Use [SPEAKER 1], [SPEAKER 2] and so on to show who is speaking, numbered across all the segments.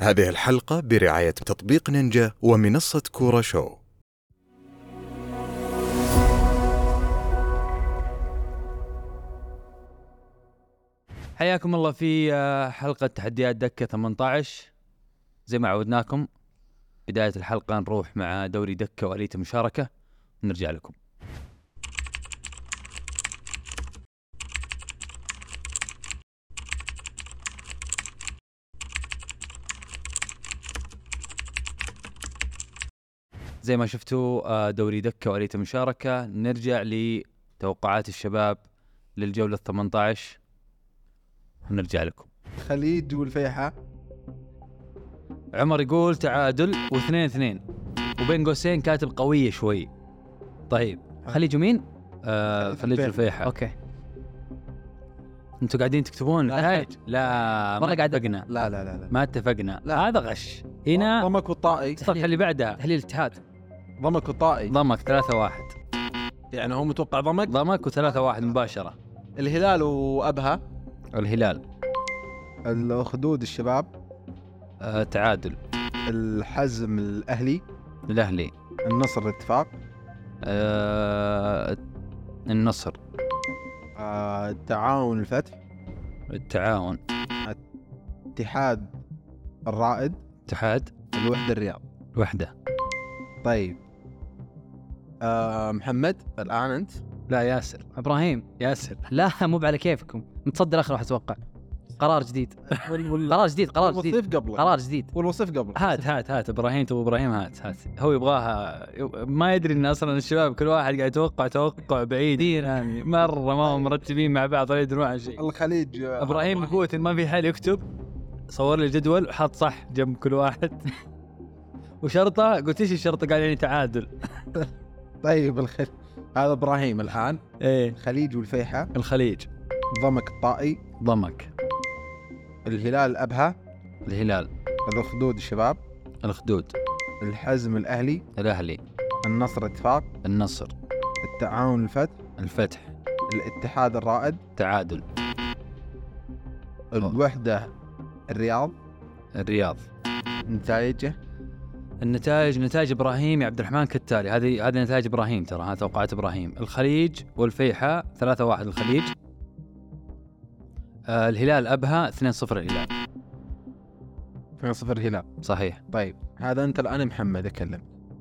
[SPEAKER 1] هذه الحلقة برعاية تطبيق نينجا ومنصة كورة شو
[SPEAKER 2] حياكم الله في آه، حلقة تحديات دكة 18 زي ما عودناكم بداية الحلقة نروح مع دوري دكة وآلية المشاركة نرجع لكم زي ما شفتوا آه، دوري دكة وآلية المشاركة نرجع لتوقعات الشباب للجولة 18 ونرجع لكم
[SPEAKER 3] خليج والفيحة
[SPEAKER 2] عمر يقول تعادل واثنين اثنين وبين قوسين كاتب قوية شوي طيب خليج مين؟ آه خليج
[SPEAKER 3] الفيحة.
[SPEAKER 2] الفيحة
[SPEAKER 4] اوكي
[SPEAKER 2] انتوا قاعدين تكتبون
[SPEAKER 3] لا،
[SPEAKER 2] هاي. لا ما
[SPEAKER 4] والله قاعد-
[SPEAKER 2] اتفقنا
[SPEAKER 3] لا لا لا لا
[SPEAKER 2] ما اتفقنا
[SPEAKER 3] لا.
[SPEAKER 2] هذا غش هنا
[SPEAKER 3] ضمك والطائي
[SPEAKER 2] الصفحة اللي بعدها
[SPEAKER 4] تحليل اجتهاد
[SPEAKER 3] ضمك والطائي
[SPEAKER 2] ضمك ثلاثة واحد
[SPEAKER 3] يعني هو متوقع ضمك
[SPEAKER 2] ضمك وثلاثة واحد مباشرة
[SPEAKER 3] الهلال وابها
[SPEAKER 2] الهلال
[SPEAKER 3] الاخدود الشباب
[SPEAKER 2] آه تعادل
[SPEAKER 3] الحزم الاهلي
[SPEAKER 2] الأهلي
[SPEAKER 3] النصر الاتفاق
[SPEAKER 2] آه النصر
[SPEAKER 3] آه، التعاون الفتح
[SPEAKER 2] التعاون
[SPEAKER 3] اتحاد الرائد
[SPEAKER 2] اتحاد
[SPEAKER 3] الوحدة الرياض
[SPEAKER 2] وحدة
[SPEAKER 3] طيب آه محمد الان انت
[SPEAKER 2] لا ياسر
[SPEAKER 4] ابراهيم
[SPEAKER 2] ياسر
[SPEAKER 4] لا مو على كيفكم متصدر اخر واحد اتوقع قرار جديد قرار جديد قرار جديد
[SPEAKER 3] والوصيف قبلك
[SPEAKER 4] قرار جديد
[SPEAKER 3] والوصيف قبلك
[SPEAKER 2] هات هات هات ابراهيم تبغى ابراهيم هات هات هو يبغاها ما يدري ان اصلا الشباب كل واحد قاعد يتوقع توقع بعيد يعني مره ما هم مرتبين مع بعض ولا يدرون عن شيء
[SPEAKER 3] الخليج آه،
[SPEAKER 2] ابراهيم قوت ما في حال يكتب صور لي الجدول وحط صح جنب كل واحد وشرطه قلت ايش الشرطه قال يعني تعادل
[SPEAKER 3] طيب الخل هذا ابراهيم الان
[SPEAKER 4] إيه.
[SPEAKER 2] ايه
[SPEAKER 3] الخليج والفيحة
[SPEAKER 2] الخليج
[SPEAKER 3] ضمك الطائي
[SPEAKER 2] ضمك
[SPEAKER 3] الهلال الابها
[SPEAKER 2] الهلال
[SPEAKER 3] الاخدود الشباب
[SPEAKER 2] الخدود
[SPEAKER 3] الحزم الاهلي
[SPEAKER 2] الاهلي
[SPEAKER 3] النصر اتفاق
[SPEAKER 2] النصر
[SPEAKER 3] التعاون الفتح
[SPEAKER 2] الفتح
[SPEAKER 3] الاتحاد الرائد
[SPEAKER 2] تعادل
[SPEAKER 3] الوحده الرياض
[SPEAKER 2] الرياض
[SPEAKER 3] نتائجه
[SPEAKER 2] النتائج نتائج ابراهيم يا عبد الرحمن كالتالي هذه هذه نتائج ابراهيم ترى ها توقعات ابراهيم الخليج والفيحاء 3 1 الخليج آه الهلال ابها 2 0 الهلال
[SPEAKER 3] 2 0 هلال
[SPEAKER 2] صحيح
[SPEAKER 3] طيب هذا انت الان محمد اتكلم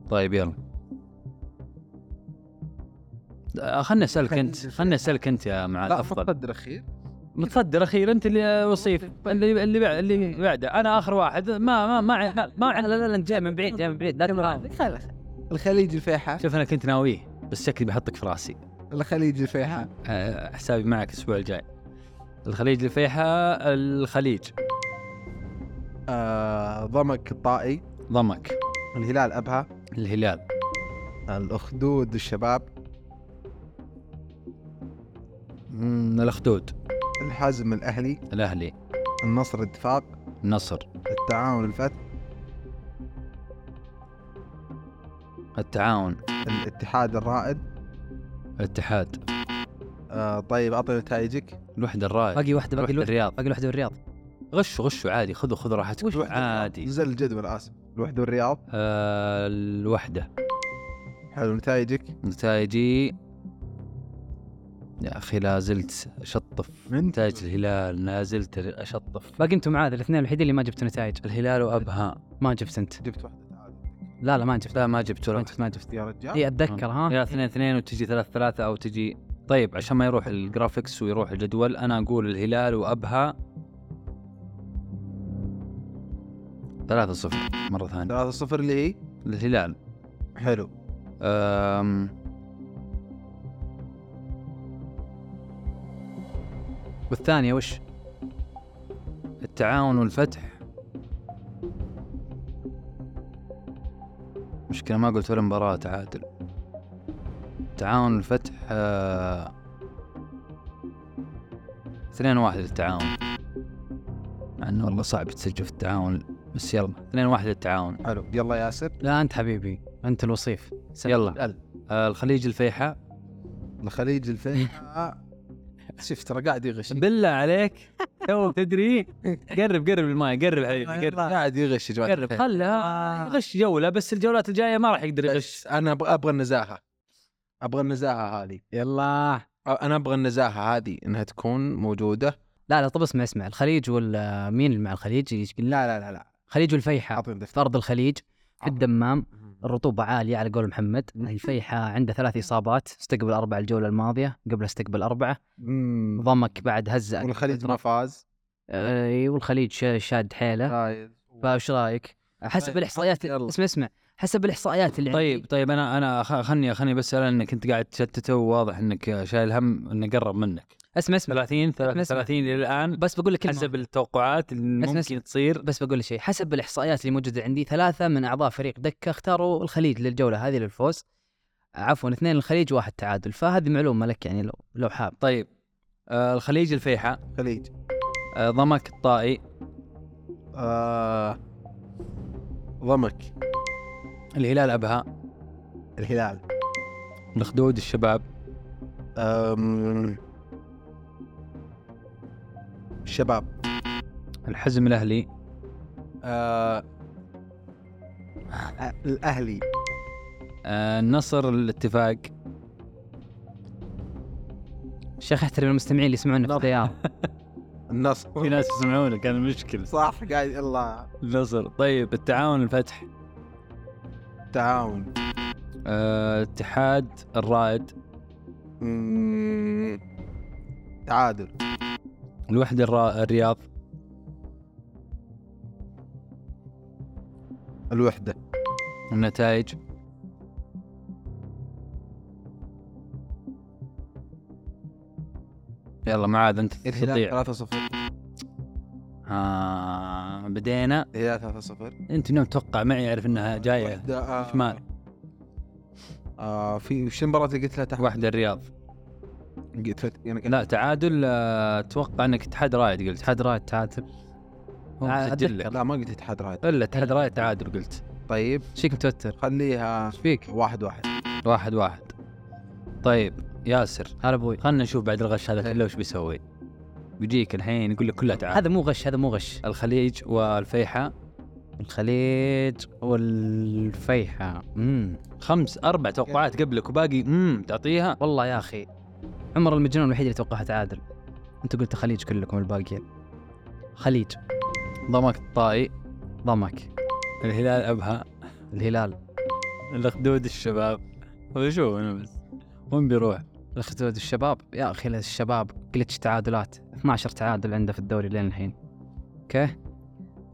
[SPEAKER 2] طيب يلا آه، خلنا اسالك انت خلنا اسالك انت يا معاذ
[SPEAKER 3] لا
[SPEAKER 2] افضل
[SPEAKER 3] مصدر اخير
[SPEAKER 2] متصدر اخير انت اللي وصيف اللي اللي بعد اللي بعده انا اخر واحد ما ما ما عن- ما,
[SPEAKER 4] لا
[SPEAKER 2] عن-
[SPEAKER 4] لا لا انت جاي من بعيد جاي من بعيد لا تراوغ. خلاص.
[SPEAKER 3] الخليج الفيحة
[SPEAKER 2] شوف انا كنت ناويه بس شكلي بحطك في راسي
[SPEAKER 3] الخليج الفيحة
[SPEAKER 2] أه، حسابي معك الاسبوع الجاي الخليج الفيحة الخليج
[SPEAKER 3] آه ضمك الطائي
[SPEAKER 2] ضمك
[SPEAKER 3] الهلال ابها
[SPEAKER 2] الهلال
[SPEAKER 3] الاخدود الشباب
[SPEAKER 2] مم، الاخدود
[SPEAKER 3] الحزم الاهلي
[SPEAKER 2] الاهلي
[SPEAKER 3] النصر الاتفاق
[SPEAKER 2] النصر
[SPEAKER 3] التعاون الفتح
[SPEAKER 2] التعاون
[SPEAKER 3] الاتحاد الرائد
[SPEAKER 2] الاتحاد
[SPEAKER 3] آه طيب اعطي نتائجك
[SPEAKER 2] الوحدة الرائد
[SPEAKER 4] باقي واحده باقي
[SPEAKER 2] الوحدة
[SPEAKER 4] الوحده
[SPEAKER 2] الرياض
[SPEAKER 4] باقي الوحده والرياض
[SPEAKER 2] غشوا غشوا عادي خذوا خذوا
[SPEAKER 4] وش
[SPEAKER 2] راحتكم
[SPEAKER 4] الوحدة
[SPEAKER 2] عادي
[SPEAKER 3] نزل الجدول اسف الوحده والرياض
[SPEAKER 2] آه الوحدة
[SPEAKER 3] حلو نتائجك
[SPEAKER 2] نتائجي يا اخي لا زلت اشطف
[SPEAKER 3] من
[SPEAKER 2] نتائج الهلال لا زلت اشطف
[SPEAKER 4] باقي انتم معاذ الاثنين الوحيدين اللي ما جبتوا نتائج
[SPEAKER 2] الهلال وابها
[SPEAKER 4] ما جبت انت
[SPEAKER 3] جبت واحده تعادل
[SPEAKER 4] لا لا ما جبت
[SPEAKER 2] لا ما جبتوا
[SPEAKER 4] ما
[SPEAKER 2] لا
[SPEAKER 4] جبت ما جبت
[SPEAKER 3] يا رجال
[SPEAKER 4] اي اتذكر ها
[SPEAKER 2] يا اثنين اثنين وتجي ثلاث ثلاثة أو تجي طيب عشان ما يروح الجرافيكس ويروح الجدول أنا أقول الهلال وأبها ثلاثة صفر مرة ثانية
[SPEAKER 3] 3 0 اللي هي
[SPEAKER 2] الهلال
[SPEAKER 3] حلو
[SPEAKER 2] أم... والثانية وش؟ التعاون والفتح مشكلة ما قلت ولا مباراة تعادل تعاون الفتح آه، اثنين واحد للتعاون مع انه والله صعب تسجل في التعاون بس يلا اثنين واحد للتعاون
[SPEAKER 3] حلو يلا ياسر
[SPEAKER 4] لا انت حبيبي انت الوصيف سم-
[SPEAKER 2] يلا.
[SPEAKER 4] أل.
[SPEAKER 2] آه، الخليج الفيحاء
[SPEAKER 3] الخليج الفيحاء شفت ترى قاعد يغش
[SPEAKER 2] بالله عليك تو تدري قرب قرب الماي قرب حبيبي قرب
[SPEAKER 3] قاعد يغش يا جماعه
[SPEAKER 2] قرب
[SPEAKER 3] الخير.
[SPEAKER 2] خلها
[SPEAKER 3] آه.
[SPEAKER 2] يغش جوله بس الجولات الجايه ما راح يقدر يغش
[SPEAKER 3] بس انا أبغى- ابغى النزاهه ابغى النزاهه هذه
[SPEAKER 5] يلا
[SPEAKER 3] انا ابغى النزاهه هذه انها تكون موجوده
[SPEAKER 5] لا لا طب اسمع اسمع الخليج ولا مين اللي مع الخليج يشكل
[SPEAKER 3] لا لا لا لا
[SPEAKER 5] الخليج والفيحاء
[SPEAKER 3] اعطيني دفتر
[SPEAKER 5] في ارض الخليج في
[SPEAKER 3] عظيم.
[SPEAKER 5] الدمام الرطوبة عالية على قول محمد الفيحاء عنده ثلاث إصابات استقبل أربعة الجولة الماضية قبل استقبل أربعة
[SPEAKER 3] مم.
[SPEAKER 5] ضمك بعد هزة
[SPEAKER 3] والخليج ما فاز
[SPEAKER 5] أي والخليج إيه، شا- شاد حيله
[SPEAKER 3] فايز
[SPEAKER 5] فايش رايك؟ حسب
[SPEAKER 3] آه. طيب،
[SPEAKER 5] الإحصائيات
[SPEAKER 3] يلا.
[SPEAKER 5] اسمع اسمع حسب الإحصائيات اللي
[SPEAKER 2] طيب
[SPEAKER 5] عندي.
[SPEAKER 2] طيب انا انا خ- خلني خلني بس أنا انك انت قاعد تشتته وواضح انك شايل هم انه قرب منك
[SPEAKER 5] اسمع اسمع
[SPEAKER 2] 30
[SPEAKER 5] اسمع.
[SPEAKER 2] 30 الى الان
[SPEAKER 5] بس بقول لك كلمة
[SPEAKER 2] حسب التوقعات اللي
[SPEAKER 5] اسمع، اسمع.
[SPEAKER 2] ممكن تصير
[SPEAKER 5] بس بقول شيء حسب الاحصائيات اللي موجوده عندي ثلاثه من اعضاء فريق دكه اختاروا الخليج للجوله هذه للفوز عفوا اثنين للخليج واحد تعادل فهذه معلومه لك يعني لو لو حاب
[SPEAKER 2] طيب آه الخليج الفيحاء
[SPEAKER 3] الخليج
[SPEAKER 2] آه ضمك الطائي
[SPEAKER 3] آه... ضمك
[SPEAKER 2] الهلال ابها
[SPEAKER 3] الهلال
[SPEAKER 2] الخدود الشباب
[SPEAKER 3] أم... الشباب
[SPEAKER 2] الحزم الاهلي
[SPEAKER 3] آه... أ- الاهلي
[SPEAKER 2] آه النصر الاتفاق
[SPEAKER 5] الشيخ احترم المستمعين اللي يسمعونا في
[SPEAKER 3] نعم.
[SPEAKER 5] التيار
[SPEAKER 3] النصر
[SPEAKER 2] في ناس يسمعونه كان مشكل
[SPEAKER 3] صح قاعد الله
[SPEAKER 2] النصر طيب التعاون الفتح
[SPEAKER 3] تعاون
[SPEAKER 2] آه اتحاد الرائد
[SPEAKER 3] مم. تعادل
[SPEAKER 2] الوحده الرا... الرياض
[SPEAKER 3] الوحده
[SPEAKER 2] النتائج يلا ما عاد انت تستطيع
[SPEAKER 3] الهلال 3-0
[SPEAKER 2] آه بدينا
[SPEAKER 3] الهلال 3-0
[SPEAKER 2] انت من توقع معي اعرف انها جايه
[SPEAKER 3] واحدة، آه،
[SPEAKER 2] شمال
[SPEAKER 3] آه في وش المباراة اللي قلت لها تحت؟
[SPEAKER 2] واحده الرياض
[SPEAKER 3] قلت لها يعني قلت-
[SPEAKER 2] لا تعادل آه، اتوقع انك اتحاد رايد قلت
[SPEAKER 5] اتحاد رائد تعادل
[SPEAKER 2] هو
[SPEAKER 5] آه،
[SPEAKER 2] مسجل لك
[SPEAKER 5] أتذكر.
[SPEAKER 3] لا ما قلت اتحاد رايد
[SPEAKER 2] الا اتحاد رايد تعادل قلت
[SPEAKER 3] طيب
[SPEAKER 5] شيك متوتر
[SPEAKER 3] خليها
[SPEAKER 5] ايش فيك؟
[SPEAKER 3] واحد واحد
[SPEAKER 2] واحد واحد طيب ياسر
[SPEAKER 5] هلا ابوي
[SPEAKER 2] خلنا نشوف بعد الغش هذا
[SPEAKER 3] حلو.
[SPEAKER 2] كله وش بيسوي بيجيك الحين يقول لك كلها تعادل
[SPEAKER 5] هذا مو غش هذا مو غش
[SPEAKER 2] الخليج والفيحاء
[SPEAKER 5] الخليج والفيحاء امم
[SPEAKER 2] خمس اربع توقعات قبلك وباقي امم تعطيها
[SPEAKER 5] والله يا اخي عمر المجنون الوحيد اللي توقعها تعادل انت قلت خليج كلكم الباقيين خليج
[SPEAKER 2] ضمك الطائي
[SPEAKER 5] ضمك
[SPEAKER 2] الهلال ابها
[SPEAKER 5] الهلال
[SPEAKER 2] الاخدود الشباب وشوف انا بس وين بيروح
[SPEAKER 5] الاخدود الشباب يا اخي الشباب جلتش تعادلات 12 تعادل عنده في الدوري لين الحين اوكي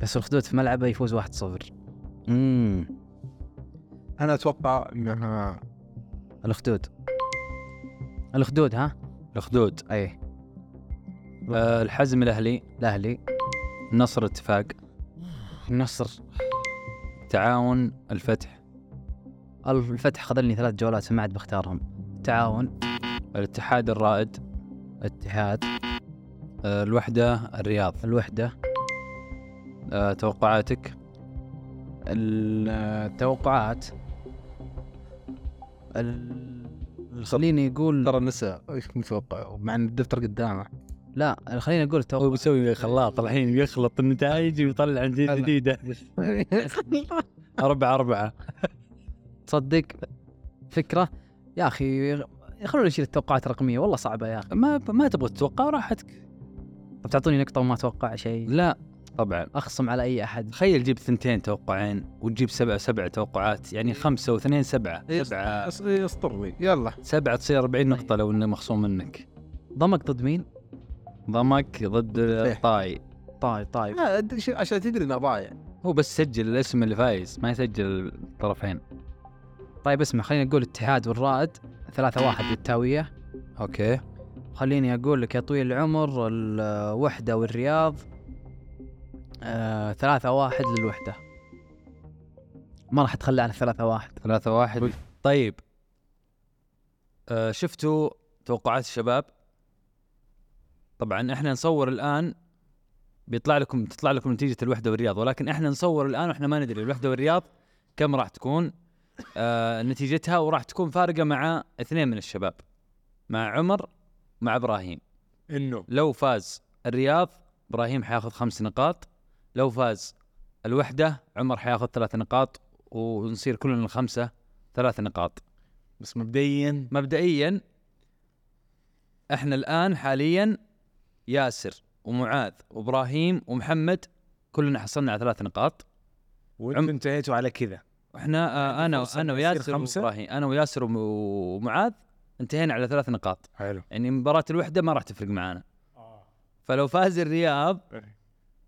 [SPEAKER 5] بس الخدود في ملعبه يفوز 1-0 امم
[SPEAKER 3] انا اتوقع انها
[SPEAKER 5] الخدود الخدود ها
[SPEAKER 2] الاخدود
[SPEAKER 5] اي
[SPEAKER 2] آه الحزم الاهلي
[SPEAKER 5] الاهلي
[SPEAKER 2] النصر اتفاق
[SPEAKER 5] النصر
[SPEAKER 2] تعاون الفتح
[SPEAKER 5] الفتح خذلني ثلاث جولات ما عاد بختارهم تعاون
[SPEAKER 2] الاتحاد الرائد
[SPEAKER 5] اتحاد
[SPEAKER 2] آه الوحده الرياض
[SPEAKER 5] الوحده
[SPEAKER 2] آه توقعاتك
[SPEAKER 5] التوقعات ال- خليني اقول
[SPEAKER 3] ترى نسى ايش متوقع مع ان الدفتر قدامه
[SPEAKER 5] لا خليني اقول
[SPEAKER 2] هو
[SPEAKER 5] التوقع
[SPEAKER 2] بيسوي خلاط الحين بيخلط النتائج ويطلع نتيجه
[SPEAKER 3] أنا-
[SPEAKER 2] جديده أربعة أربعة
[SPEAKER 5] تصدق فكره يا اخي خلونا نشيل التوقعات الرقميه والله صعبه يا اخي
[SPEAKER 2] ما ما تبغى تتوقع راحتك
[SPEAKER 5] طب تعطوني نقطه وما اتوقع شيء
[SPEAKER 2] لا طبعا
[SPEAKER 5] اخصم على اي احد
[SPEAKER 2] تخيل جيب ثنتين توقعين وتجيب سبعة سبعة توقعات يعني
[SPEAKER 5] إيه.
[SPEAKER 2] خمسة واثنين سبعة سبعة
[SPEAKER 3] يسطرني يلا
[SPEAKER 2] سبعة تصير 40 نقطة لو انه مخصوم منك
[SPEAKER 5] طيب. ضمك ضد مين؟
[SPEAKER 2] ضمك ضد
[SPEAKER 3] صحيح.
[SPEAKER 2] الطائي
[SPEAKER 5] طيب طيب
[SPEAKER 3] آه، أد- شو- عشان تدري انه ضايع
[SPEAKER 2] هو بس سجل الاسم اللي فايز ما يسجل الطرفين
[SPEAKER 5] طيب اسمع خليني اقول الاتحاد والرائد ثلاثة واحد للتاوية
[SPEAKER 2] اوكي
[SPEAKER 5] خليني اقول لك يا طويل العمر الوحدة والرياض آه، ثلاثة واحد للوحدة ما راح اتخلى عن الثلاثة واحد
[SPEAKER 2] ثلاثة واحد طيب آه شفتوا توقعات الشباب طبعا احنا نصور الان بيطلع لكم تطلع لكم نتيجة الوحدة والرياض ولكن احنا نصور الان واحنا ما ندري الوحدة والرياض كم راح تكون آه نتيجتها وراح تكون فارقة مع اثنين من الشباب مع عمر مع ابراهيم
[SPEAKER 3] انه
[SPEAKER 2] لو فاز الرياض ابراهيم حياخذ خمس نقاط لو فاز الوحده عمر حياخذ ثلاث نقاط ونصير كلنا الخمسه ثلاث نقاط
[SPEAKER 6] بس مبدئيا
[SPEAKER 2] مبدئيا احنا الان حاليا ياسر ومعاذ وابراهيم ومحمد كلنا حصلنا على ثلاث نقاط عم-
[SPEAKER 7] وانتم انتهيتوا على كذا
[SPEAKER 2] واحنا آه انا
[SPEAKER 7] يعني فرصة
[SPEAKER 2] انا
[SPEAKER 7] نصير
[SPEAKER 2] وياسر
[SPEAKER 7] خمسة.
[SPEAKER 2] وابراهيم انا وياسر وم- ومعاذ انتهينا على ثلاث نقاط
[SPEAKER 7] حلو
[SPEAKER 2] يعني مباراة الوحدة ما راح تفرق معانا فلو فاز الرياض
[SPEAKER 7] إيه.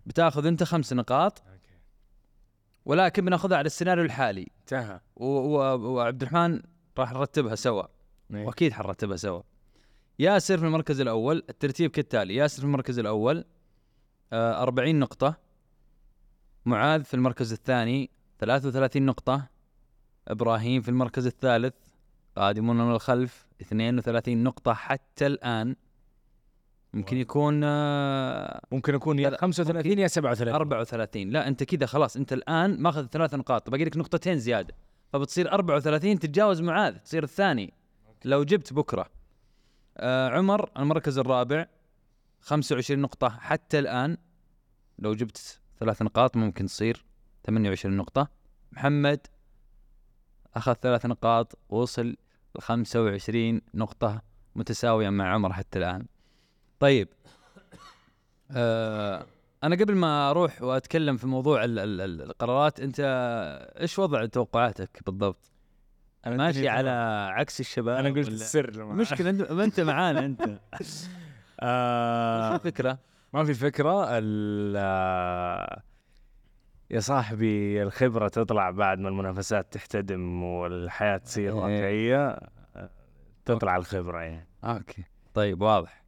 [SPEAKER 2] بتاخذ انت خمس نقاط
[SPEAKER 7] أوكي.
[SPEAKER 2] ولكن بناخذها على السيناريو الحالي
[SPEAKER 7] انتهى
[SPEAKER 2] و- و- وعبد الرحمن راح نرتبها سوا
[SPEAKER 7] إيه.
[SPEAKER 2] واكيد حنرتبها سوا ياسر في المركز الاول الترتيب كالتالي ياسر في المركز الاول آه، 40 نقطة معاذ في المركز الثاني 33 نقطة ابراهيم في المركز الثالث قادمون من الخلف 32 نقطة حتى الآن ممكن يكون آه،
[SPEAKER 7] ممكن اكون يا 35 يا 37
[SPEAKER 2] 34 لا انت كذا خلاص انت الان ماخذ ثلاث نقاط باقي لك نقطتين زياده فبتصير 34 تتجاوز معاذ تصير الثاني لو جبت بكره آه عمر المركز الرابع 25 نقطة حتى الآن لو جبت ثلاث نقاط ممكن تصير 28 نقطة محمد أخذ ثلاث نقاط ووصل ل 25 نقطة متساوية مع عمر حتى الآن طيب آه انا قبل ما اروح واتكلم في موضوع ال ال ال- القرارات انت ايش وضع توقعاتك بالضبط؟
[SPEAKER 7] أنا
[SPEAKER 2] ماشي
[SPEAKER 7] انتهيت.
[SPEAKER 2] على عكس الشباب
[SPEAKER 7] انا قلت
[SPEAKER 2] ولا-
[SPEAKER 7] السر لما-
[SPEAKER 2] مشكلة انت ما انت معانا انت
[SPEAKER 7] آه،
[SPEAKER 2] فكرة
[SPEAKER 7] ما في فكره ال- آه، يا صاحبي الخبره تطلع بعد ما المنافسات تحتدم والحياه تصير
[SPEAKER 2] إيه.
[SPEAKER 7] واقعيه آه، تطلع الخبره يعني
[SPEAKER 2] اوكي طيب واضح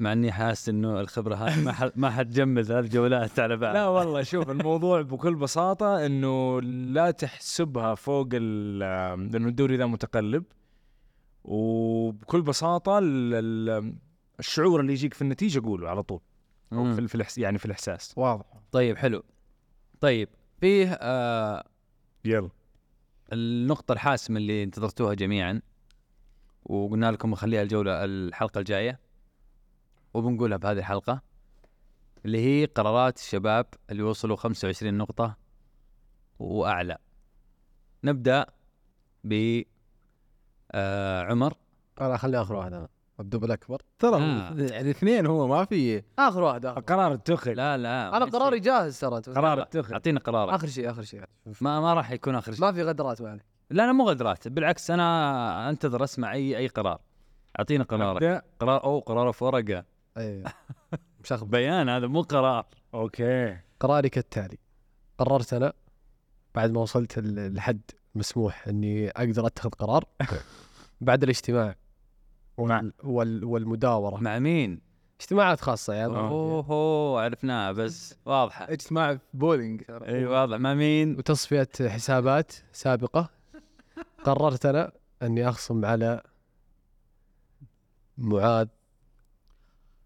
[SPEAKER 2] مع اني حاسس انه الخبرة هذه ما ح- ما حتجمل ثلاث جولات على بعض
[SPEAKER 7] لا والله شوف الموضوع بكل بساطه انه لا تحسبها فوق ال- آه، لانه الدوري ذا متقلب وبكل بساطه ال- ال- الشعور اللي يجيك في النتيجه قوله على طول أو في
[SPEAKER 2] مم.
[SPEAKER 7] ال- في الإحس- يعني في الاحساس
[SPEAKER 6] واضح
[SPEAKER 2] طيب حلو طيب فيه آه
[SPEAKER 7] يلا
[SPEAKER 2] النقطة الحاسمة اللي انتظرتوها جميعا وقلنا لكم نخليها الجولة الحلقة الجاية وبنقولها بهذه الحلقة اللي هي قرارات الشباب اللي وصلوا 25 نقطة وأعلى نبدأ ب آه عمر
[SPEAKER 6] انا خلي اخر واحد انا الدبل اكبر ترى
[SPEAKER 2] آه.
[SPEAKER 6] يعني اثنين هو ما في
[SPEAKER 5] اخر واحد آخر.
[SPEAKER 7] قرار التخل
[SPEAKER 2] لا لا
[SPEAKER 5] انا
[SPEAKER 2] ما
[SPEAKER 5] قراري
[SPEAKER 2] يصير.
[SPEAKER 5] جاهز ترى أنت-
[SPEAKER 7] قرار التخل
[SPEAKER 2] اعطينا قرارك
[SPEAKER 5] اخر شيء اخر شيء
[SPEAKER 2] ما ما راح يكون اخر شيء
[SPEAKER 5] ما في غدرات يعني. معنا
[SPEAKER 2] لا انا مو غدرات بالعكس انا انتظر اسمع اي اي قرار اعطينا قرارك
[SPEAKER 7] نبدأ؟
[SPEAKER 2] قرار او قرار في ورقه
[SPEAKER 6] اي
[SPEAKER 5] مشخبط
[SPEAKER 2] بيان هذا مو قرار
[SPEAKER 7] اوكي
[SPEAKER 6] قراري كالتالي قررت انا بعد ما وصلت ال- الحد المسموح اني اقدر اتخذ قرار بعد الاجتماع وال وال والمداوره
[SPEAKER 2] مع مين؟
[SPEAKER 6] اجتماعات خاصه يعني
[SPEAKER 2] آه. اوه عرفناها بس واضحه
[SPEAKER 6] اجتماع بولينج ترى.
[SPEAKER 2] اي واضح مع مين؟
[SPEAKER 6] وتصفيه حسابات سابقه قررت انا اني اخصم على معاذ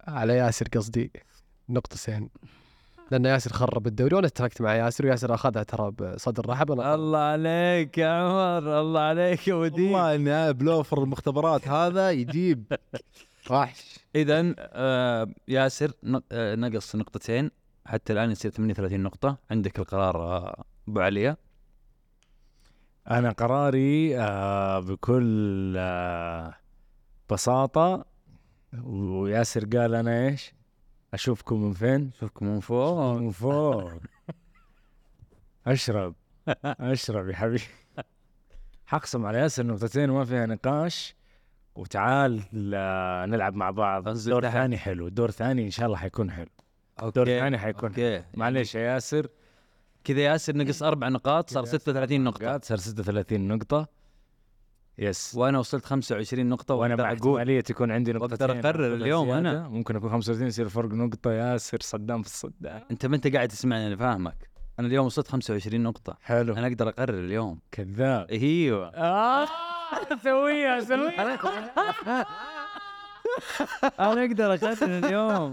[SPEAKER 6] على ياسر قصدي نقطتين لان ياسر خرب الدوري وانا اتركت مع ياسر وياسر اخذها ترى بصدر رحب انا
[SPEAKER 2] الله عليك يا عمر الله عليك يا ودي
[SPEAKER 3] والله ان بلوفر المختبرات هذا يجيب
[SPEAKER 6] وحش
[SPEAKER 2] اذا آه ياسر نق- آه، نقص نقطتين حتى الان يصير 38 نقطه عندك القرار آه، ابو عليا
[SPEAKER 7] انا قراري آه بكل آه بساطه وياسر قال انا ايش؟ اشوفكم من فين؟
[SPEAKER 2] اشوفكم من فوق
[SPEAKER 7] من فوق اشرب اشرب يا حبيبي حقسم على ياسر نقطتين وما فيها نقاش وتعال آه، نلعب مع بعض
[SPEAKER 2] أنزل
[SPEAKER 7] دور
[SPEAKER 2] تحت.
[SPEAKER 7] ثاني حلو دور ثاني ان شاء الله حيكون حلو دور
[SPEAKER 2] اوكي
[SPEAKER 7] ثاني حيكون حلو.
[SPEAKER 2] اوكي
[SPEAKER 7] معليش يا ياسر
[SPEAKER 2] كذا ياسر نقص اربع نقاط صار 36 نقطه
[SPEAKER 7] نقاط صار 36 نقطة يس
[SPEAKER 2] وانا وصلت 25 نقطه
[SPEAKER 7] وانا
[SPEAKER 2] وأقدر
[SPEAKER 7] مع
[SPEAKER 2] أقول-
[SPEAKER 7] احتمالية تكون عندي نقطتين
[SPEAKER 2] وأقدر أقرر اليوم
[SPEAKER 7] زيادة.
[SPEAKER 2] أنا.
[SPEAKER 7] ممكن اكون 35 يصير فرق نقطة ياسر صدام في الصدام
[SPEAKER 2] انت ما انت قاعد تسمعني انا فاهمك انا اليوم وصلت 25 نقطه
[SPEAKER 7] حلو
[SPEAKER 2] انا اقدر اقرر اليوم
[SPEAKER 7] كذاب
[SPEAKER 2] ايوه
[SPEAKER 7] آه سويها سويها
[SPEAKER 2] انا اقدر اقرر اليوم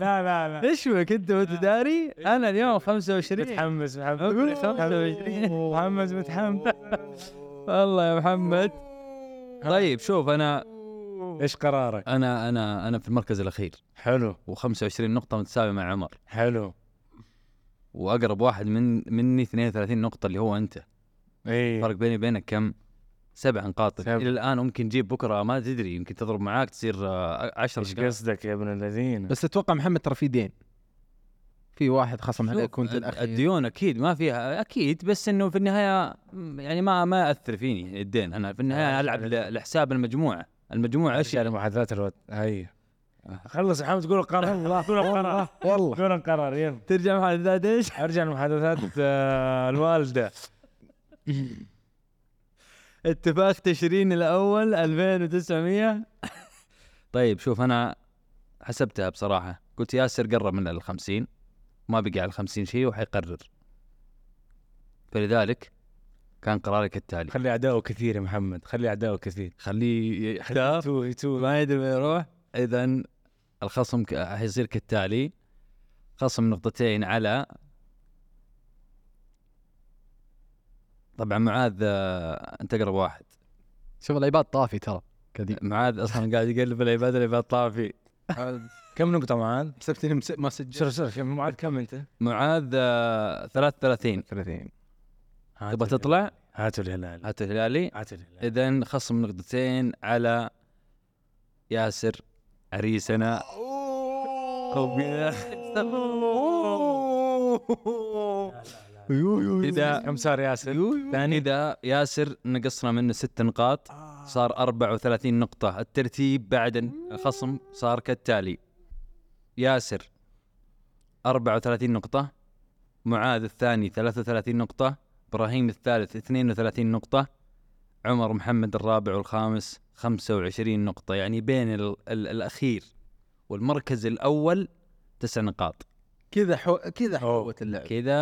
[SPEAKER 7] لا لا لا
[SPEAKER 2] ايش بك انت وانت داري انا اليوم 25
[SPEAKER 7] متحمس
[SPEAKER 2] أقول
[SPEAKER 7] محمد
[SPEAKER 2] 25.
[SPEAKER 7] محمد متحمس
[SPEAKER 2] والله يا محمد طيب شوف انا
[SPEAKER 7] ايش قرارك؟
[SPEAKER 2] انا انا انا في المركز الاخير
[SPEAKER 7] حلو
[SPEAKER 2] و25 نقطه متساوي مع عمر
[SPEAKER 7] حلو
[SPEAKER 2] واقرب واحد من مني 32 نقطه اللي هو انت
[SPEAKER 7] اي إيه.
[SPEAKER 2] الفرق بيني وبينك كم؟ سبع نقاط
[SPEAKER 7] سبع.
[SPEAKER 2] الى الان ممكن تجيب بكره ما تدري يمكن تضرب معاك تصير آه، 10
[SPEAKER 7] ايش قصدك يا ابن الذين؟
[SPEAKER 3] بس اتوقع محمد ترى في دين في واحد خصم عليك كنت الاخير
[SPEAKER 2] الديون اكيد ما فيها اكيد بس انه في النهايه م- يعني ما ما ياثر فيني الدين انا في النهايه
[SPEAKER 7] آه،
[SPEAKER 2] العب
[SPEAKER 7] عليك.
[SPEAKER 2] ل- لحساب المجموعه المجموعه ايش
[SPEAKER 7] ايش يعني محادثات الوقت هي خلص يا محمد قول القرار والله قول القرار
[SPEAKER 3] والله
[SPEAKER 7] قول القرار يلا
[SPEAKER 2] ترجع محادثات ايش؟
[SPEAKER 7] ارجع لمحادثات آه، الوالده
[SPEAKER 2] اتفاق تشرين الاول 2900 طيب شوف انا حسبتها بصراحه قلت ياسر قرب من ال 50 ما بقى على ال 50 شيء وحيقرر فلذلك كان قراري كالتالي
[SPEAKER 7] خلي اعدائه كثير يا محمد خلي اعدائه كثير
[SPEAKER 2] خليه يحتار
[SPEAKER 7] تو تو
[SPEAKER 2] ما يدري وين يروح اذا الخصم ك- حيصير كالتالي خصم نقطتين على طبعا معاذ آه، انت اقرب واحد
[SPEAKER 6] شوف الايباد طافي ترى كذي
[SPEAKER 2] معاذ اصلا قاعد يقلب العباد العباد طافي
[SPEAKER 7] كم نقطه معاذ؟
[SPEAKER 3] حسبتني مس- ما سجلت
[SPEAKER 7] سر سر كم- معاذ كم انت؟
[SPEAKER 2] معاذ آه، 33
[SPEAKER 3] 30
[SPEAKER 2] تبغى تطلع
[SPEAKER 7] هاتوا الهلال
[SPEAKER 2] هات الهلالي
[SPEAKER 7] هاتوا الهلال
[SPEAKER 2] اذا خصم نقطتين على ياسر عريسنا اذا
[SPEAKER 7] كم صار ياسر؟
[SPEAKER 2] ثاني اذا ياسر نقصنا منه ست نقاط صار 34 نقطة، الترتيب بعد الخصم صار كالتالي ياسر 34 نقطة معاذ الثاني 33 نقطة ابراهيم الثالث 32 نقطة عمر محمد الرابع والخامس 25 نقطة يعني بين ال ال الأخير والمركز الأول تسع نقاط
[SPEAKER 3] كذا حو... كذا
[SPEAKER 7] أوه.
[SPEAKER 3] حوت اللعب
[SPEAKER 2] كذا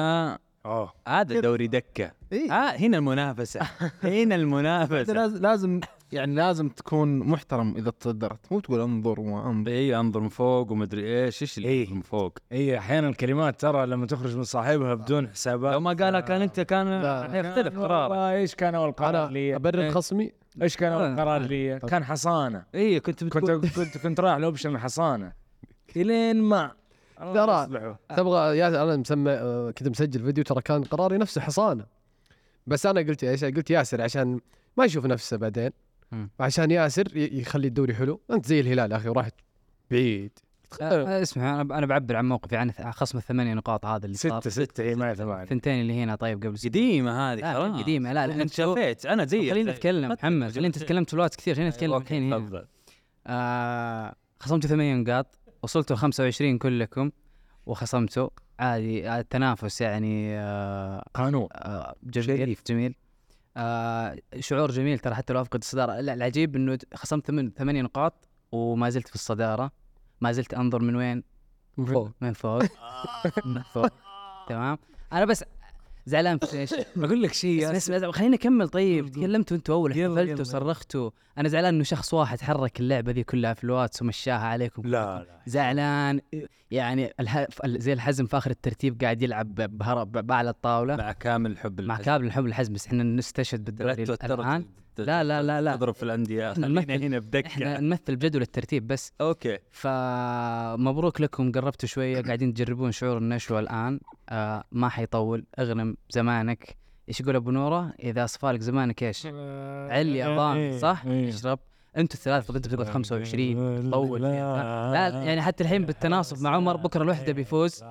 [SPEAKER 7] اوه
[SPEAKER 2] هذا دوري دكة
[SPEAKER 3] إيه.
[SPEAKER 2] آه هنا المنافسة هنا
[SPEAKER 3] انت
[SPEAKER 2] المنافسة
[SPEAKER 3] لازم لازم يعني لازم تكون محترم اذا تصدرت مو تقول انظر وانظر
[SPEAKER 2] اي انظر من فوق ومدري ايش ايش اللي
[SPEAKER 7] إيه.
[SPEAKER 2] ينظر من فوق
[SPEAKER 7] اي احيانا الكلمات ترى لما تخرج من صاحبها بدون
[SPEAKER 2] لو
[SPEAKER 7] حسابات
[SPEAKER 2] ما قالها كان انت كان
[SPEAKER 6] لا.
[SPEAKER 2] حيختلف قرارك
[SPEAKER 7] والله ايش كان اول قرار
[SPEAKER 6] انا
[SPEAKER 7] لي؟
[SPEAKER 6] ابرر خصمي
[SPEAKER 7] ايش كان اول قرار لي؟ كان حصانه
[SPEAKER 2] اي كنت
[SPEAKER 7] كنت
[SPEAKER 2] بتقول
[SPEAKER 7] كنت كنت رايح الاوبشن حصانه الين ما
[SPEAKER 6] ترى-
[SPEAKER 7] ترى
[SPEAKER 6] تبغى يا انا مسمى آه، كنت مسجل فيديو ترى كان قراري نفسه حصانه بس انا قلت ايش قلت ياسر عشان ما يشوف نفسه بعدين
[SPEAKER 2] مم.
[SPEAKER 6] وعشان ياسر ي- يخلي الدوري حلو انت زي الهلال يا اخي ورحت بعيد
[SPEAKER 5] آه، اسمع انا انا بعبر عن موقفي عن خصم الثمانية نقاط هذا اللي صار
[SPEAKER 7] ستة ستة هي ما هي ثمانية
[SPEAKER 5] ثنتين اللي هنا طيب قبل أسبوع.
[SPEAKER 2] قديمة هذه
[SPEAKER 5] لا،
[SPEAKER 2] خلاص
[SPEAKER 5] قديمة، لا، لا،
[SPEAKER 2] انت
[SPEAKER 5] أنت-
[SPEAKER 2] شفيت انا زيك
[SPEAKER 5] خليني اتكلم محمد خليني انت تكلمت في الوقت كثير خليني اتكلم
[SPEAKER 2] أوكي،
[SPEAKER 5] الحين هنا
[SPEAKER 2] تفضل
[SPEAKER 5] آه خصمتوا ثمانية نقاط وصلتوا 25 كلكم وخصمتوا عادي آه، التنافس يعني آه
[SPEAKER 7] قانون
[SPEAKER 5] آه جميل جميل آه شعور جميل ترى حتى لو افقد الصداره لا العجيب انه ت- خصمت ثمن ثمانية نقاط وما زلت في الصداره ما زلت انظر من وين؟
[SPEAKER 6] من فوق
[SPEAKER 5] من فوق من فوق تمام انا بس زعلان في ايش؟
[SPEAKER 7] اقول لك شيء
[SPEAKER 5] اسمع اسمع اسمع، خليني اكمل طيب تكلمتوا انتوا اول
[SPEAKER 7] يلا،
[SPEAKER 5] احتفلتوا
[SPEAKER 7] يلا.
[SPEAKER 5] صرختوا انا زعلان انه شخص واحد حرك اللعبه ذي كلها في الواتس ومشاها عليكم
[SPEAKER 7] لا لا
[SPEAKER 5] زعلان يعني اله... زي الحزم في اخر الترتيب قاعد يلعب بهر... باعلى الطاوله
[SPEAKER 2] مع كامل الحب
[SPEAKER 5] مع كابل الحب الحزم بس احنا نستشهد بالدوري الان لا لا لا لا
[SPEAKER 2] اضرب في الاندية
[SPEAKER 5] إحنا
[SPEAKER 2] خلينا
[SPEAKER 5] نمثل-
[SPEAKER 2] هنا
[SPEAKER 5] احنا
[SPEAKER 2] بدكة
[SPEAKER 5] نمثل بجدول الترتيب بس
[SPEAKER 2] اوكي
[SPEAKER 5] فمبروك لكم قربتوا شويه قاعدين تجربون شعور النشوه الان آه ما حيطول اغنم زمانك ايش يقول ابو نوره اذا اصفالك زمانك ايش علي
[SPEAKER 7] إيه،
[SPEAKER 5] عظام صح اشرب انتوا الثلاث فضلتوا بتقعد
[SPEAKER 7] إيه.
[SPEAKER 5] 25 طول لا يعني حتى الحين بالتناصب مع عمر بكره الوحده بيفوز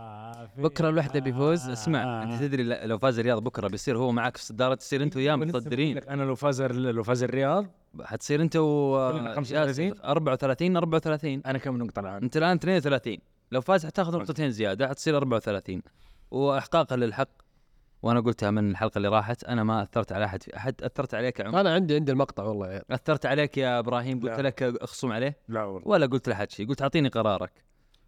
[SPEAKER 5] بكره الوحده بيفوز
[SPEAKER 7] آه.
[SPEAKER 2] اسمع انت تدري ل- لو فاز الرياض بكره بيصير هو معك في الصدارة تصير انت وياه
[SPEAKER 7] ولسه بقول
[SPEAKER 2] متصدرين
[SPEAKER 7] لك انا لو فاز لو فاز الرياض
[SPEAKER 2] حتصير انت و
[SPEAKER 7] كلنا
[SPEAKER 2] آه،
[SPEAKER 7] 35.
[SPEAKER 2] ياسر 34 34
[SPEAKER 7] انا كم نقطه الان؟
[SPEAKER 2] انت الان 32 لو فاز حتاخذ نقطتين زياده حتصير 34 واحقاقا للحق وانا قلتها من الحلقه اللي راحت انا ما اثرت على احد احد اثرت عليك يا عمر
[SPEAKER 6] انا عندي عندي المقطع والله يعني.
[SPEAKER 2] اثرت عليك يا ابراهيم قلت
[SPEAKER 7] لا.
[SPEAKER 2] لك اخصم عليه
[SPEAKER 7] لا والله
[SPEAKER 2] ولا قلت لاحد شيء قلت اعطيني قرارك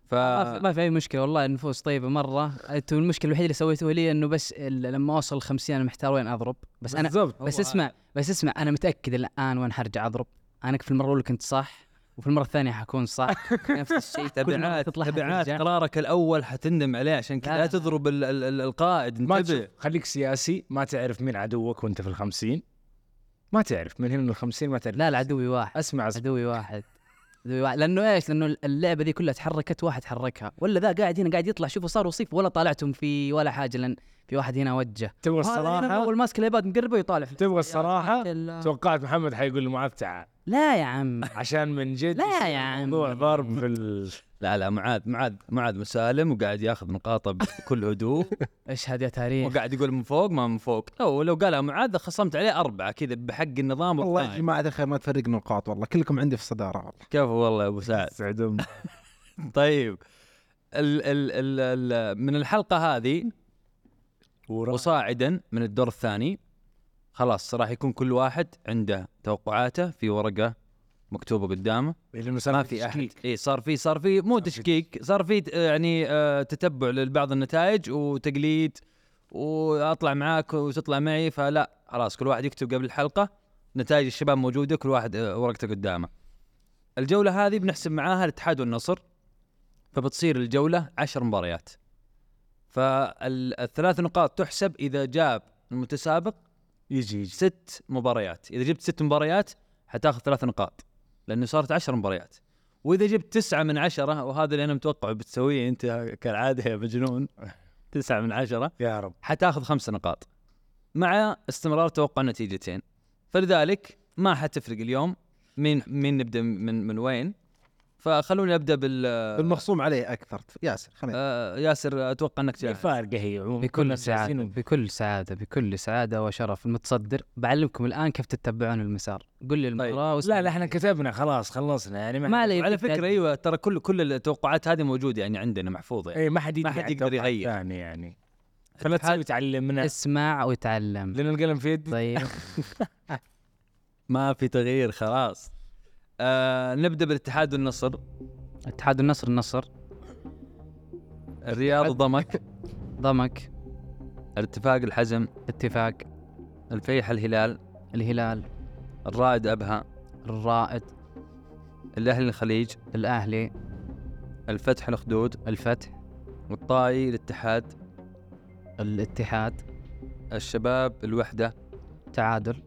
[SPEAKER 2] ف
[SPEAKER 5] ما في- ما في اي مشكله والله النفوس طيبه مره انتوا المشكله الوحيده اللي سويتوها لي انه بس ال- لما اوصل 50 انا محتار وين اضرب بس انا
[SPEAKER 7] بالضبط
[SPEAKER 5] بس
[SPEAKER 2] هو-
[SPEAKER 5] اسمع بس اسمع انا متاكد الان وين حرجع اضرب انا في المره الاولى كنت صح وفي المره الثانيه حكون صح نفس الشيء كل مرة
[SPEAKER 2] تبعات
[SPEAKER 5] تطلع
[SPEAKER 2] تبعات
[SPEAKER 5] حترجع.
[SPEAKER 2] قرارك الاول حتندم عليه عشان كذا
[SPEAKER 5] لا.
[SPEAKER 2] لا تضرب ال ال ال القائد
[SPEAKER 7] ما
[SPEAKER 2] انتبه
[SPEAKER 7] تشوف خليك سياسي ما تعرف مين عدوك وانت في الخمسين ما تعرف من هنا للخمسين ما تعرف
[SPEAKER 5] لا لا عدوي واحد
[SPEAKER 7] اسمع اسمع
[SPEAKER 5] عدوي واحد لانه ايش؟ لانه اللعبه دي كلها تحركت واحد حركها، ولا ذا قاعد هنا قاعد يطلع شوفوا صار وصيف ولا طالعتم فيه ولا حاجه لان في واحد هنا وجه.
[SPEAKER 7] تبغى
[SPEAKER 5] وهذا هنا
[SPEAKER 7] الصراحه
[SPEAKER 5] اول ماسك الايباد مقربه ويطالع في
[SPEAKER 7] تبغى
[SPEAKER 5] يا
[SPEAKER 7] الصراحه
[SPEAKER 5] أخي الله.
[SPEAKER 7] توقعت محمد حيقول لي معاذ تعال
[SPEAKER 5] لا يا عم
[SPEAKER 7] عشان من جد
[SPEAKER 5] لا
[SPEAKER 7] يصير
[SPEAKER 5] يا عم.
[SPEAKER 7] الموضوع ضرب في ال...
[SPEAKER 2] لا لا معاذ معاذ معاذ مسالم وقاعد ياخذ نقاطه بكل هدوء
[SPEAKER 5] اشهد يا تاريخ
[SPEAKER 2] وقاعد يقول من فوق ما من فوق لو لو قالها معاذ خصمت عليه اربعه كذا بحق النظام
[SPEAKER 3] والله طيب. يا
[SPEAKER 2] والله
[SPEAKER 3] جماعه الخير ما تفرق نقاط والله كلكم عندي في الصداره والله
[SPEAKER 2] كيف والله يا ابو سعد
[SPEAKER 7] سعد أم.
[SPEAKER 2] طيب ال ال ال ال من الحلقه هذه وصاعدا من الدور الثاني خلاص راح يكون كل واحد عنده توقعاته في ورقه مكتوبه قدامه
[SPEAKER 7] لانه صار
[SPEAKER 2] ما في احد
[SPEAKER 7] تشكيك.
[SPEAKER 2] اي صار في صار في مو تشكيك صار في ت- يعني آه، تتبع لبعض النتائج وتقليد واطلع معاك وتطلع معي فلا خلاص كل واحد يكتب قبل الحلقه نتائج الشباب موجوده كل واحد آه، ورقته قدامه الجوله هذه بنحسب معاها الاتحاد والنصر فبتصير الجوله عشر مباريات فالثلاث نقاط تحسب اذا جاب المتسابق
[SPEAKER 7] يجي يجي
[SPEAKER 2] ست مباريات اذا جبت ست مباريات حتاخذ ثلاث نقاط لانه صارت عشر مباريات واذا جبت تسعة من عشرة وهذا اللي انا متوقعه بتسويه انت كالعاده يا مجنون تسعة من عشرة
[SPEAKER 7] يا رب
[SPEAKER 2] حتاخذ خمس نقاط مع استمرار توقع نتيجتين فلذلك ما حتفرق اليوم مين مين نبدا من من وين فخلوني ابدا بال
[SPEAKER 3] المخصوم عليه اكثر ياسر خلينا
[SPEAKER 2] آه، ياسر اتوقع انك جاهز
[SPEAKER 7] فارقه هي عموما
[SPEAKER 5] بكل سعادة بكل سعادة بكل سعادة وشرف المتصدر بعلمكم الآن كيف تتبعون المسار قل لي المباراة واسم-
[SPEAKER 7] طيب. لا لا احنا كتبنا خلاص خلصنا يعني ما
[SPEAKER 5] ما
[SPEAKER 7] حد-
[SPEAKER 5] عليه
[SPEAKER 2] على فكره ايوه ترى كل كل التوقعات هذه موجوده يعني عندنا محفوظه يعني.
[SPEAKER 7] اي إيه، ما حد
[SPEAKER 2] ما حد يقدر يغير.
[SPEAKER 7] ثاني يعني فلا تسوي تعلمنا
[SPEAKER 5] اسمع وتعلم
[SPEAKER 7] لان القلم في يدي
[SPEAKER 5] طيب
[SPEAKER 2] ما في تغيير خلاص آه نبدا بالاتحاد والنصر
[SPEAKER 5] اتحاد النصر النصر
[SPEAKER 2] الرياض ضمك
[SPEAKER 5] ضمك
[SPEAKER 2] الاتفاق الحزم
[SPEAKER 5] اتفاق
[SPEAKER 2] الفيح الهلال
[SPEAKER 5] الهلال
[SPEAKER 2] الرائد ابها
[SPEAKER 5] الرائد
[SPEAKER 2] الاهلي الخليج
[SPEAKER 5] الأهلي
[SPEAKER 2] الفتح الخدود
[SPEAKER 5] الفتح
[SPEAKER 2] الطائي الاتحاد
[SPEAKER 5] الاتحاد
[SPEAKER 2] الشباب الوحده
[SPEAKER 5] تعادل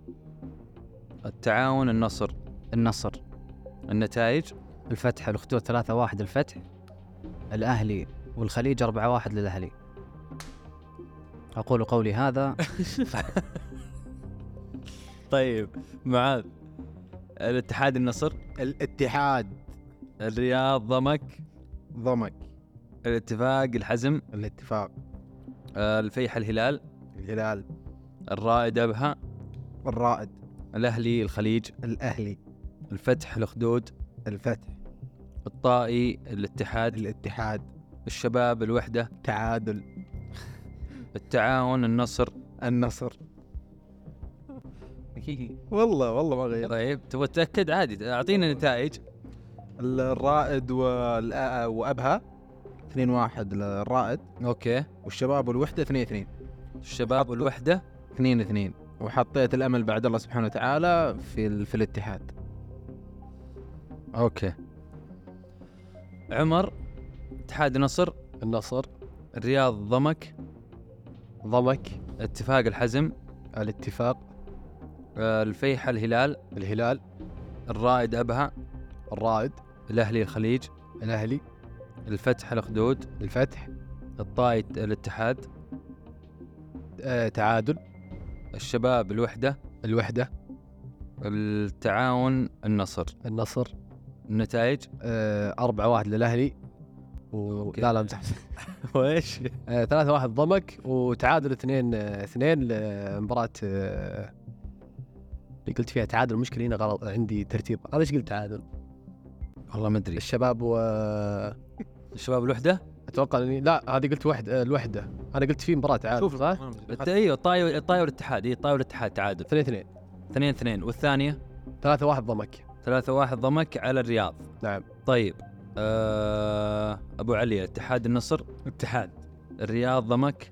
[SPEAKER 2] التعاون النصر
[SPEAKER 5] النصر
[SPEAKER 2] النتائج
[SPEAKER 5] الفتح الأخدود 3-1 الفتح الأهلي والخليج 4-1 للأهلي أقول قولي هذا
[SPEAKER 2] طيب معاذ الاتحاد النصر
[SPEAKER 3] الاتحاد
[SPEAKER 2] الرياض ضمك
[SPEAKER 3] ضمك
[SPEAKER 2] الاتفاق الحزم
[SPEAKER 3] الاتفاق
[SPEAKER 2] آه، الفيح الهلال
[SPEAKER 3] الهلال
[SPEAKER 2] الرائد ابها
[SPEAKER 3] الرائد
[SPEAKER 2] الاهلي الخليج
[SPEAKER 3] الاهلي
[SPEAKER 2] الفتح الخدود
[SPEAKER 3] الفتح
[SPEAKER 2] الطائي الاتحاد
[SPEAKER 3] الاتحاد
[SPEAKER 2] الشباب الوحدة
[SPEAKER 3] تعادل
[SPEAKER 2] التعاون النصر
[SPEAKER 3] النصر والله والله ما غير
[SPEAKER 2] طيب تبغى تتأكد عادي أعطينا نتائج
[SPEAKER 3] الرائد والأ... وابها 2 1 للرائد
[SPEAKER 2] أوكي
[SPEAKER 3] والشباب والوحده 2 2
[SPEAKER 2] الشباب والوحدة
[SPEAKER 3] 2 2 وحطيت الامل بعد الله سبحانه وتعالى في ال... في الاتحاد
[SPEAKER 2] أوكي عمر اتحاد نصر
[SPEAKER 6] النصر
[SPEAKER 2] الرياض ضمك
[SPEAKER 6] ضمك
[SPEAKER 2] اتفاق الحزم
[SPEAKER 6] الاتفاق
[SPEAKER 2] آه، الفيحة الهلال
[SPEAKER 6] الهلال
[SPEAKER 2] الرائد أبها
[SPEAKER 6] الرائد
[SPEAKER 2] الأهلي الخليج
[SPEAKER 6] الاهلي
[SPEAKER 2] الفتح الخدود
[SPEAKER 6] الفتح
[SPEAKER 2] الطائي الاتحاد
[SPEAKER 6] آه تعادل
[SPEAKER 2] الشباب الوحدة
[SPEAKER 6] الوحده
[SPEAKER 2] التعاون النصر
[SPEAKER 6] النصر
[SPEAKER 2] النتائج
[SPEAKER 6] آه 4 1 للاهلي و... لا لا امزح
[SPEAKER 2] وإيش
[SPEAKER 6] 3 1 ضمك وتعادل 2 2 لمباراه آه، اللي قلت فيها تعادل المشكله هنا غلط عندي ترتيب انا ايش قلت تعادل؟
[SPEAKER 2] والله ما أدري
[SPEAKER 6] الشباب و
[SPEAKER 2] الشباب الوحدة
[SPEAKER 6] اتوقع اني لا هذه قلت وحد آه، الوحده انا قلت في مباراه تعادل شوف صح؟
[SPEAKER 2] الت- ايوه الطاي الطاي والاتحاد اي الطاي والاتحاد إيه، تعادل
[SPEAKER 6] 2 2
[SPEAKER 2] 2 2 والثانيه
[SPEAKER 6] 3 1 ضمك
[SPEAKER 2] 3 1 ضمك على الرياض
[SPEAKER 6] نعم.
[SPEAKER 2] طيب آه ابو علي اتحاد النصر
[SPEAKER 7] اتحاد
[SPEAKER 2] الرياض ضمك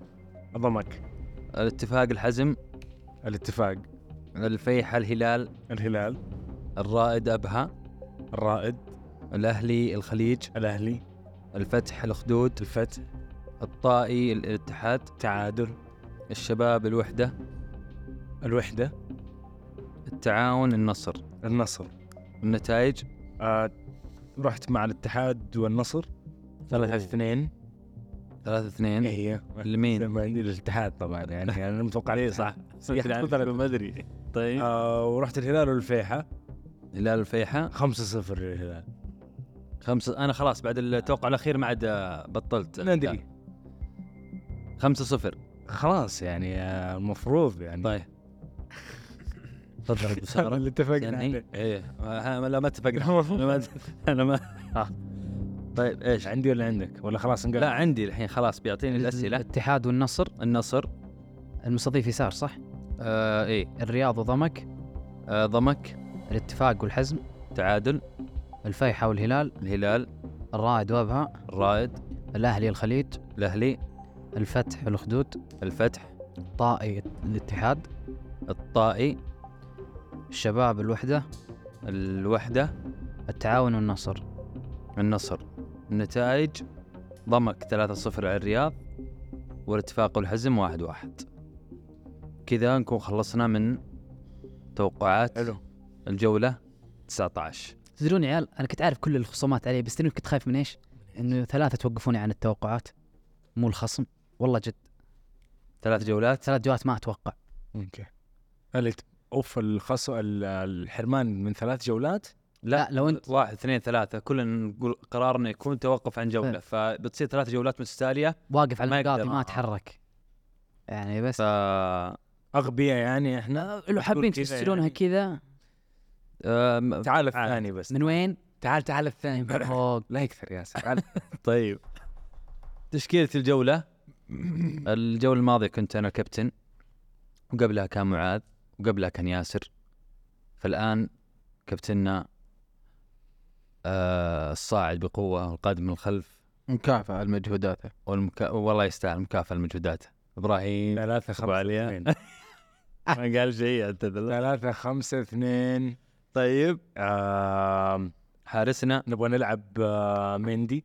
[SPEAKER 7] ضمك
[SPEAKER 2] الاتفاق الحزم
[SPEAKER 7] الاتفاق
[SPEAKER 2] الفيحة الهلال
[SPEAKER 7] الهلال
[SPEAKER 2] الرائد ابها
[SPEAKER 7] الرائد
[SPEAKER 2] الاهلي الخليج
[SPEAKER 7] الاهلي
[SPEAKER 2] الفتح الخدود
[SPEAKER 7] الفتح
[SPEAKER 2] الطائي الاتحاد
[SPEAKER 7] تعادل
[SPEAKER 2] الشباب الوحده
[SPEAKER 7] الوحده
[SPEAKER 2] التعاون النصر
[SPEAKER 7] النصر
[SPEAKER 2] النتائج
[SPEAKER 7] آه رحت مع الاتحاد والنصر 3 2
[SPEAKER 2] ثلاثة اثنين
[SPEAKER 7] هي
[SPEAKER 2] لمين؟
[SPEAKER 7] إيه، ما عندي الاتحاد طبعا يعني انا متوقع ليه صح
[SPEAKER 3] ما ادري
[SPEAKER 2] طيب
[SPEAKER 7] آه ورحت الهلال والفيحة
[SPEAKER 2] هلال الفيحة
[SPEAKER 7] 5 0 للهلال
[SPEAKER 2] خمسة أنا خلاص بعد التوقع الأخير ما عاد آه، بطلت
[SPEAKER 7] ندري
[SPEAKER 2] خمسة صفر
[SPEAKER 7] خلاص يعني آه، المفروض يعني
[SPEAKER 2] طيب تفضل أبو سارة
[SPEAKER 6] اللي اتفقنا
[SPEAKER 7] إيه؟
[SPEAKER 2] يعني
[SPEAKER 6] عليه.
[SPEAKER 2] ايه آه، لا ما اتفقنا انا ما انا ما طيب ايش
[SPEAKER 7] آه. عندي ولا عندك ولا خلاص انقل
[SPEAKER 2] لا عندي الحين خلاص بيعطيني الاسئله
[SPEAKER 5] الاتحاد والنصر
[SPEAKER 2] النصر
[SPEAKER 5] المستضيف يسار صح؟
[SPEAKER 2] آه ايه
[SPEAKER 5] الرياض وضمك
[SPEAKER 2] آه ضمك
[SPEAKER 5] الاتفاق والحزم
[SPEAKER 2] تعادل
[SPEAKER 5] الفيحة والهلال
[SPEAKER 2] الهلال
[SPEAKER 5] الرائد وابها
[SPEAKER 2] الرائد
[SPEAKER 5] الاهلي الخليج
[SPEAKER 2] الاهلي
[SPEAKER 5] الفتح والخدود
[SPEAKER 2] الفتح
[SPEAKER 5] طائي الاتحاد
[SPEAKER 2] الطائي
[SPEAKER 5] الشباب الوحدة
[SPEAKER 2] الوحده
[SPEAKER 5] التعاون والنصر
[SPEAKER 2] النصر النتائج ضمك 3-0 على الرياض والاتفاق والحزم 1-1 كذا نكون خلصنا من توقعات
[SPEAKER 7] حلو.
[SPEAKER 2] الجوله 19
[SPEAKER 5] تدرون يا عيال انا كنت عارف كل الخصومات علي بس تدرون كنت خايف من ايش؟ انه ثلاثة توقفوني عن التوقعات مو الخصم والله جد
[SPEAKER 2] ثلاث جولات
[SPEAKER 5] ثلاث جولات ما اتوقع
[SPEAKER 7] اوكي الات اوف الخص ال- الحرمان من ثلاث جولات
[SPEAKER 5] لا، لو أنت-
[SPEAKER 2] واحد اثنين ثلاثة كلنا نقول قرارنا يكون توقف عن جولة فبتصير ثلاث جولات متتالية
[SPEAKER 5] واقف على
[SPEAKER 2] ما يقدر،
[SPEAKER 5] المقاضي ما
[SPEAKER 2] آه.
[SPEAKER 5] اتحرك يعني بس
[SPEAKER 2] ف
[SPEAKER 7] اغبياء يعني احنا
[SPEAKER 5] لو حابين
[SPEAKER 7] كذا
[SPEAKER 5] تسجلونها
[SPEAKER 7] يعني.
[SPEAKER 5] كذا
[SPEAKER 2] آم،
[SPEAKER 7] تعال الثاني بس
[SPEAKER 5] من وين؟
[SPEAKER 7] تعال تعال الثاني
[SPEAKER 5] فوق
[SPEAKER 7] لا يكثر ياسر تعال
[SPEAKER 2] طيب تشكيلة الجولة الجولة الماضية كنت أنا كابتن وقبلها كان معاذ وقبلها كان ياسر فالآن كابتننا آه الصاعد بقوة والقادم من الخلف
[SPEAKER 3] مكافأة لمجهوداته
[SPEAKER 2] والمكا... والله يستاهل مكافأة لمجهوداته إبراهيم
[SPEAKER 7] ثلاثة
[SPEAKER 2] أبو
[SPEAKER 7] خمسة
[SPEAKER 2] عليا.
[SPEAKER 7] اثنين
[SPEAKER 2] ما قال شيء اعتذر
[SPEAKER 7] ثلاثة خمسة اثنين
[SPEAKER 2] طيب
[SPEAKER 7] آم،
[SPEAKER 2] حارسنا
[SPEAKER 7] نبغى نلعب آه، مندي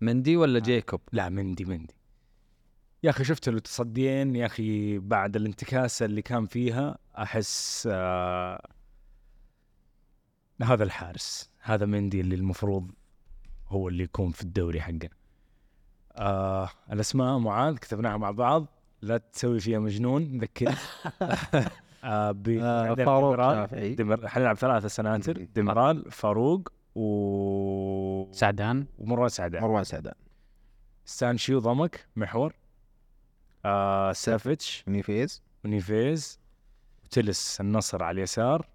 [SPEAKER 2] مندي ولا جيكوب؟
[SPEAKER 7] لا مندي مندي يا اخي شفت له تصديين يا اخي بعد الانتكاسه اللي كان فيها احس آه هذا الحارس هذا مندي اللي المفروض هو اللي يكون في الدوري حقنا آه الاسماء معاذ كتبناها مع بعض لا تسوي فيها مجنون ذكرني آه ب
[SPEAKER 3] آه،
[SPEAKER 7] عندنا
[SPEAKER 3] فاروق
[SPEAKER 7] ديمرال-
[SPEAKER 3] شافعي.
[SPEAKER 7] ديمر... حنلعب ثلاثة سناتر ديمرال فاروق و
[SPEAKER 5] سعدان
[SPEAKER 7] ومروان سعدان
[SPEAKER 3] مروان سعدان
[SPEAKER 7] سانشيو ضمك محور آه سافيتش
[SPEAKER 3] نيفيز
[SPEAKER 7] ونيفيز وتلس النصر على اليسار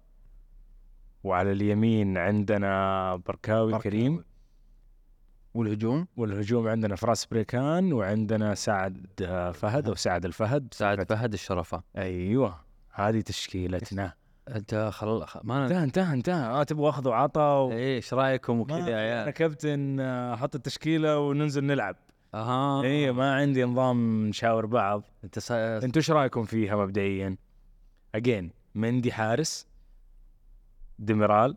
[SPEAKER 7] وعلى اليمين عندنا بركاوي,
[SPEAKER 3] بركاوي.
[SPEAKER 7] كريم
[SPEAKER 3] والهجوم
[SPEAKER 7] والهجوم عندنا فراس بريكان وعندنا سعد آه، فهد او سعد الفهد
[SPEAKER 2] سعد فهد الشرفة
[SPEAKER 7] ايوه هذه تشكيلتنا
[SPEAKER 2] انت خل... خ- ما أنا...
[SPEAKER 7] انتهى انتهى انتهى آه تبغى اخذ وعطى و...
[SPEAKER 2] ايه ايش رايكم
[SPEAKER 7] ما-
[SPEAKER 2] وكذا يا
[SPEAKER 7] انا
[SPEAKER 2] عيال؟
[SPEAKER 7] كابتن آه، حط التشكيله وننزل نلعب
[SPEAKER 2] اها
[SPEAKER 7] اي إيه، ما عندي نظام نشاور بعض
[SPEAKER 2] انت سا...
[SPEAKER 7] انتوا ايش رايكم فيها مبدئيا؟ اجين مندي حارس ديميرال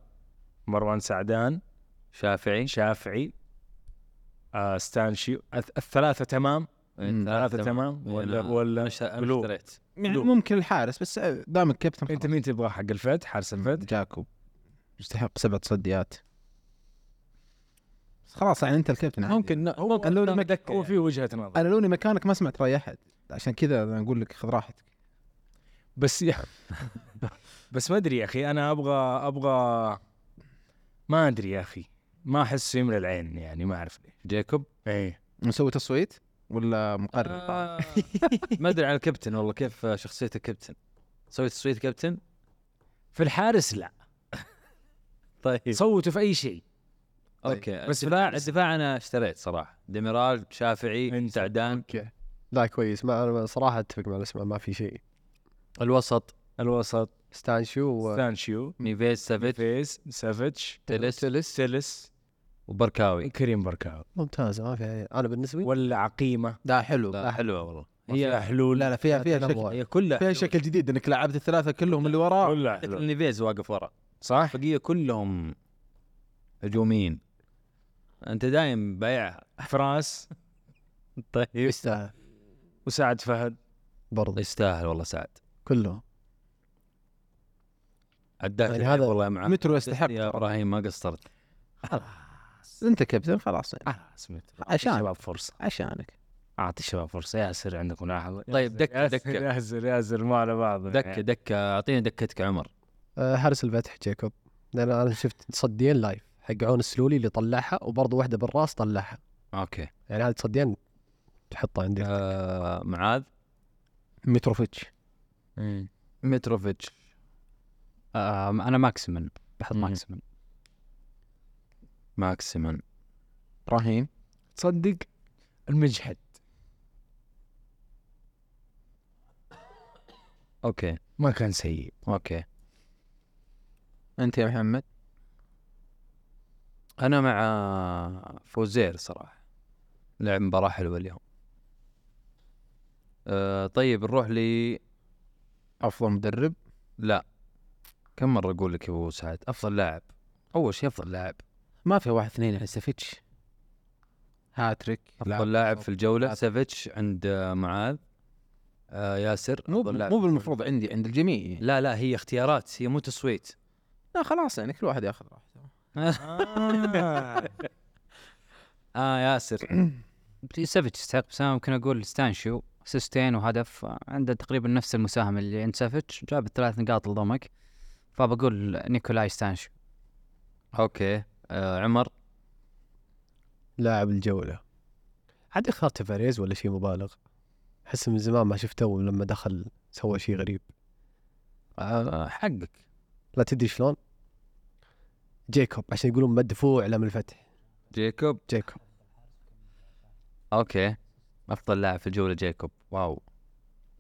[SPEAKER 7] مروان سعدان
[SPEAKER 2] شافعي
[SPEAKER 7] شافعي آه ستانشيو الث- الثلاثه تمام
[SPEAKER 2] إيه،
[SPEAKER 7] الثلاثه تمام نعم.
[SPEAKER 2] إيه،
[SPEAKER 7] ولا
[SPEAKER 2] أنا-
[SPEAKER 7] ولا
[SPEAKER 2] أنا شا- أنا
[SPEAKER 7] بلو.
[SPEAKER 2] اشتريت
[SPEAKER 3] يعني
[SPEAKER 7] بلو.
[SPEAKER 3] ممكن الحارس بس آه، دام الكابتن
[SPEAKER 7] انت مين تبغى حق الفتح حارس الفتح
[SPEAKER 3] جاكوب يستحق سبع تصديات بس خلاص يعني انت الكابتن عادي.
[SPEAKER 2] ممكن ن-
[SPEAKER 7] هو
[SPEAKER 3] قالوا لي
[SPEAKER 7] قدام
[SPEAKER 3] مك-
[SPEAKER 7] دكة هو في وجهه نظر
[SPEAKER 3] انا لوني مكانك ما سمعت راي احد عشان كذا انا اقول لك خذ راحتك
[SPEAKER 7] بس يا بس ما ادري يا اخي انا ابغى ابغى ما ادري يا اخي ما احسه يملى العين يعني ما اعرف ليه
[SPEAKER 2] جيكوب
[SPEAKER 7] ايه
[SPEAKER 3] نسوي تصويت ولا مقرر
[SPEAKER 2] آه، ما ادري عن الكابتن والله كيف آه، شخصية الكابتن سويت تصويت كابتن
[SPEAKER 7] في الحارس لا
[SPEAKER 2] طيب
[SPEAKER 7] صوتوا في اي شيء
[SPEAKER 2] اوكي
[SPEAKER 7] طيب، بس
[SPEAKER 2] بس الدفاع
[SPEAKER 7] بالعكس.
[SPEAKER 2] الدفاع انا اشتريت صراحة ديميرال شافعي
[SPEAKER 7] أنت.
[SPEAKER 2] سعدان
[SPEAKER 6] لا كويس ما أنا صراحه اتفق مع الاسماء ما في شيء
[SPEAKER 2] الوسط
[SPEAKER 7] الوسط
[SPEAKER 6] ستانشيو و...
[SPEAKER 7] ستانشيو
[SPEAKER 2] نيفيز سافيت
[SPEAKER 7] فيز سافيتش
[SPEAKER 2] تلس
[SPEAKER 7] تلس تلس
[SPEAKER 2] وبركاوي
[SPEAKER 7] كريم بركاو
[SPEAKER 6] ممتازه ما في عليه. انا بالنسبه لي
[SPEAKER 7] ولا عقيمه
[SPEAKER 3] لا حلو آه.
[SPEAKER 2] لا حلوة والله
[SPEAKER 7] هي حلول
[SPEAKER 3] لا لا فيها فيها
[SPEAKER 6] تنوع.
[SPEAKER 3] شكل
[SPEAKER 2] هي كلها
[SPEAKER 3] فيها
[SPEAKER 2] حلوة.
[SPEAKER 3] شكل جديد انك لعبت الثلاثه كلهم اللي وراه
[SPEAKER 7] كلها
[SPEAKER 2] شكل
[SPEAKER 7] حلول
[SPEAKER 2] نيفيز واقف ورا
[SPEAKER 7] صح
[SPEAKER 2] البقيه كلهم هجوميين انت دايم بايعها
[SPEAKER 7] فراس
[SPEAKER 2] طيب
[SPEAKER 6] يستاهل
[SPEAKER 7] وسعد فهد
[SPEAKER 6] برضه
[SPEAKER 2] يستاهل والله سعد
[SPEAKER 6] كلهم
[SPEAKER 2] عداك
[SPEAKER 6] يعني
[SPEAKER 2] العيب
[SPEAKER 6] هذا
[SPEAKER 2] والله يا معاذ
[SPEAKER 3] مترو يستحق
[SPEAKER 2] يا ابراهيم ما قصرت
[SPEAKER 5] خلاص
[SPEAKER 3] انت كابتن خلاص يعني.
[SPEAKER 5] خلاص مثل
[SPEAKER 3] عشان.
[SPEAKER 5] الشباب فرصه
[SPEAKER 3] عشانك
[SPEAKER 5] اعطي الشباب فرصه ياسر عندك ملاحظه
[SPEAKER 2] طيب دكه دكه
[SPEAKER 7] ياسر ياسر ما على بعض
[SPEAKER 2] دكه دكه اعطينا دكتك عمر
[SPEAKER 6] آه، حارس الفتح جاكوب لان انا شفت تصديين لايف حق عون السلولي اللي طلعها وبرضه واحده بالراس طلعها
[SPEAKER 2] اوكي
[SPEAKER 6] يعني هذا تصديين تحطه عندي
[SPEAKER 2] آه معاذ
[SPEAKER 3] متروفيتش
[SPEAKER 2] متروفيتش
[SPEAKER 5] آه انا ماكسيمن بحط
[SPEAKER 2] مم.
[SPEAKER 5] ماكسيمن
[SPEAKER 2] ماكسيمن
[SPEAKER 3] ابراهيم
[SPEAKER 7] تصدق المجحد
[SPEAKER 2] اوكي
[SPEAKER 7] ما كان سيء
[SPEAKER 2] اوكي
[SPEAKER 3] انت يا محمد
[SPEAKER 2] انا مع فوزير صراحه لعب مباراه حلوه اليوم آه طيب نروح ل
[SPEAKER 3] افضل مدرب
[SPEAKER 2] لا كم مره اقول لك يا ابو سعد افضل لاعب اول شيء افضل لاعب
[SPEAKER 3] ما في واحد اثنين هسفيتش هاتريك
[SPEAKER 2] افضل لاعب في الجوله
[SPEAKER 3] لاعب.
[SPEAKER 2] سافيتش عند آه، معاذ آه ياسر
[SPEAKER 3] مو
[SPEAKER 2] أفضل لاعب
[SPEAKER 3] مو
[SPEAKER 2] في الجولة.
[SPEAKER 3] بالمفروض عندي عند الجميع يعني.
[SPEAKER 2] لا لا هي اختيارات هي مو تصويت
[SPEAKER 3] لا خلاص يعني كل واحد ياخذ راحته
[SPEAKER 2] اه ياسر
[SPEAKER 5] سافيتش يستحق بس انا ممكن اقول ستانشيو سيستين وهدف آه، عنده تقريبا نفس المساهمه اللي عند سافيتش جاب الثلاث نقاط لضمك فبقول نيكولاي ستانشيو
[SPEAKER 2] اوكي آه عمر
[SPEAKER 6] لاعب الجوله عاد اختار تفاريز ولا شيء مبالغ احس من زمان ما شفته ولما دخل سوى شيء غريب
[SPEAKER 2] آه حقك
[SPEAKER 6] لا تدري شلون جيكوب عشان يقولون مدفوع لم الفتح
[SPEAKER 2] جيكوب
[SPEAKER 6] جيكوب
[SPEAKER 2] اوكي افضل لاعب في الجوله جيكوب واو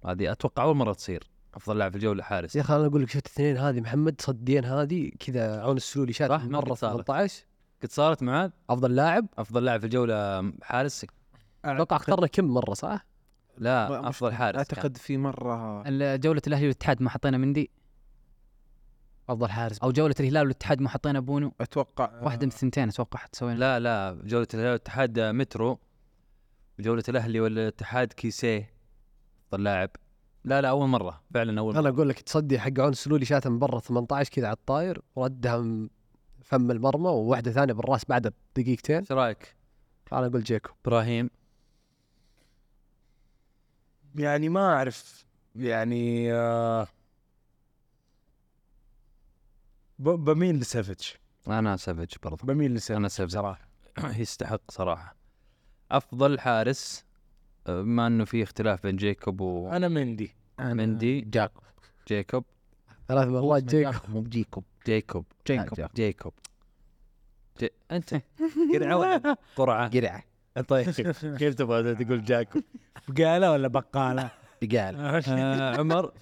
[SPEAKER 2] هذه اتوقع اول مره تصير افضل لاعب في الجوله حارس
[SPEAKER 6] يا اخي انا اقول لك شفت اثنين هذه محمد صدين هذه كذا عون السلولي شات
[SPEAKER 2] صح مره
[SPEAKER 6] مره
[SPEAKER 2] 18 قد صارت معاذ
[SPEAKER 6] افضل لاعب
[SPEAKER 2] افضل لاعب في الجوله حارس
[SPEAKER 6] اتوقع اخترنا كم مره صح؟
[SPEAKER 2] لا افضل
[SPEAKER 3] مش-
[SPEAKER 2] حارس
[SPEAKER 3] اعتقد في مره
[SPEAKER 5] ال- جوله الاهلي والاتحاد ما حطينا مندي افضل حارس او جوله الهلال والاتحاد ما حطينا بونو
[SPEAKER 3] اتوقع
[SPEAKER 5] واحده من الثنتين اتوقع سوينا
[SPEAKER 2] كان. آه. يعني لا لا جوله الهلال والاتحاد آه، مترو جوله الاهلي والاتحاد كيسيه افضل لاعب لا لا اول مره فعلا اول مرة.
[SPEAKER 6] انا اقول لك تصدي حق عون السلولي شاتها من برا 18 كذا على الطاير وردها من فم المرمى وواحده ثانيه بالراس بعدها بدقيقتين
[SPEAKER 2] ايش رايك
[SPEAKER 6] انا اقول جيكوب
[SPEAKER 2] ابراهيم
[SPEAKER 7] يعني ما اعرف يعني آه ب- بميل لسافيتش
[SPEAKER 2] انا سافج برضه
[SPEAKER 7] بميل لسافيتش
[SPEAKER 2] انا سافج
[SPEAKER 7] صراحه
[SPEAKER 2] يستحق صراحه افضل حارس أه، بما انه في اختلاف بين جيكوب
[SPEAKER 7] انا مندي
[SPEAKER 2] ومندي
[SPEAKER 3] جاكوب
[SPEAKER 2] جيكوب
[SPEAKER 6] ثلاث مرات جيكوب
[SPEAKER 3] مو بجيكوب
[SPEAKER 2] جيكوب
[SPEAKER 3] جيكوب
[SPEAKER 2] جيكوب جي... انت قرعه ولا قرعه
[SPEAKER 3] قرعه
[SPEAKER 2] طيب كيف تبغى تقول جاكوب
[SPEAKER 7] بقاله ولا بقاله؟
[SPEAKER 3] بقال
[SPEAKER 2] آه عمر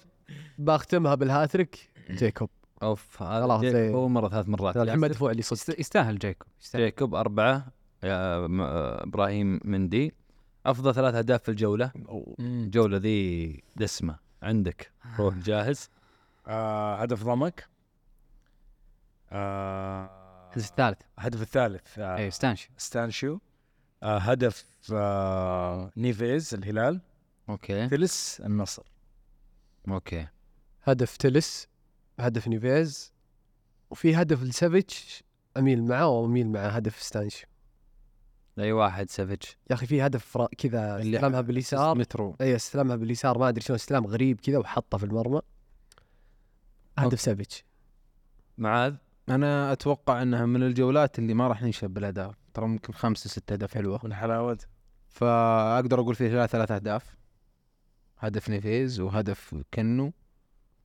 [SPEAKER 6] بختمها بالهاتريك جيكوب
[SPEAKER 2] اوف هذا
[SPEAKER 6] خلاص،
[SPEAKER 2] جيكوب
[SPEAKER 6] زي-
[SPEAKER 2] اول مره ثلاث مرات
[SPEAKER 6] هذا
[SPEAKER 2] ياسر.
[SPEAKER 6] مدفوع اللي صدق
[SPEAKER 5] يست- يستاهل جيكو يستاهل
[SPEAKER 2] جيكوب أربعة يا م- آه، إبراهيم مندي أفضل ثلاث أهداف في الجولة الجولة ذي دسمة عندك روح جاهز
[SPEAKER 7] آه هدف ضمك آه
[SPEAKER 5] الحدث الثالث إيه،
[SPEAKER 7] الهدف الثالث آه
[SPEAKER 5] اي ستانشيو
[SPEAKER 7] ستانشيو آه هدف آه نيفيز الهلال
[SPEAKER 2] أوكي
[SPEAKER 7] فلس النصر
[SPEAKER 2] أوكي
[SPEAKER 6] هدف تلس هدف نيفيز وفي هدف لسافيتش اميل معه واميل مع هدف ستانشيو
[SPEAKER 2] أي واحد سافج
[SPEAKER 6] يا اخي في هدف را- كذا
[SPEAKER 3] اللي
[SPEAKER 6] استلمها باليسار
[SPEAKER 3] مترو
[SPEAKER 6] اي استلمها باليسار ما ادري شلون استلام غريب كذا وحطه في المرمى
[SPEAKER 2] أوكي.
[SPEAKER 6] هدف سافيتش
[SPEAKER 2] معاذ
[SPEAKER 3] انا اتوقع انها من الجولات اللي ما راح نشب بالاهداف ترى ممكن خمسه ستة اهداف حلوه
[SPEAKER 7] من حلاوة
[SPEAKER 3] فاقدر اقول في الهلال ثلاث اهداف هدف نيفيز وهدف كنو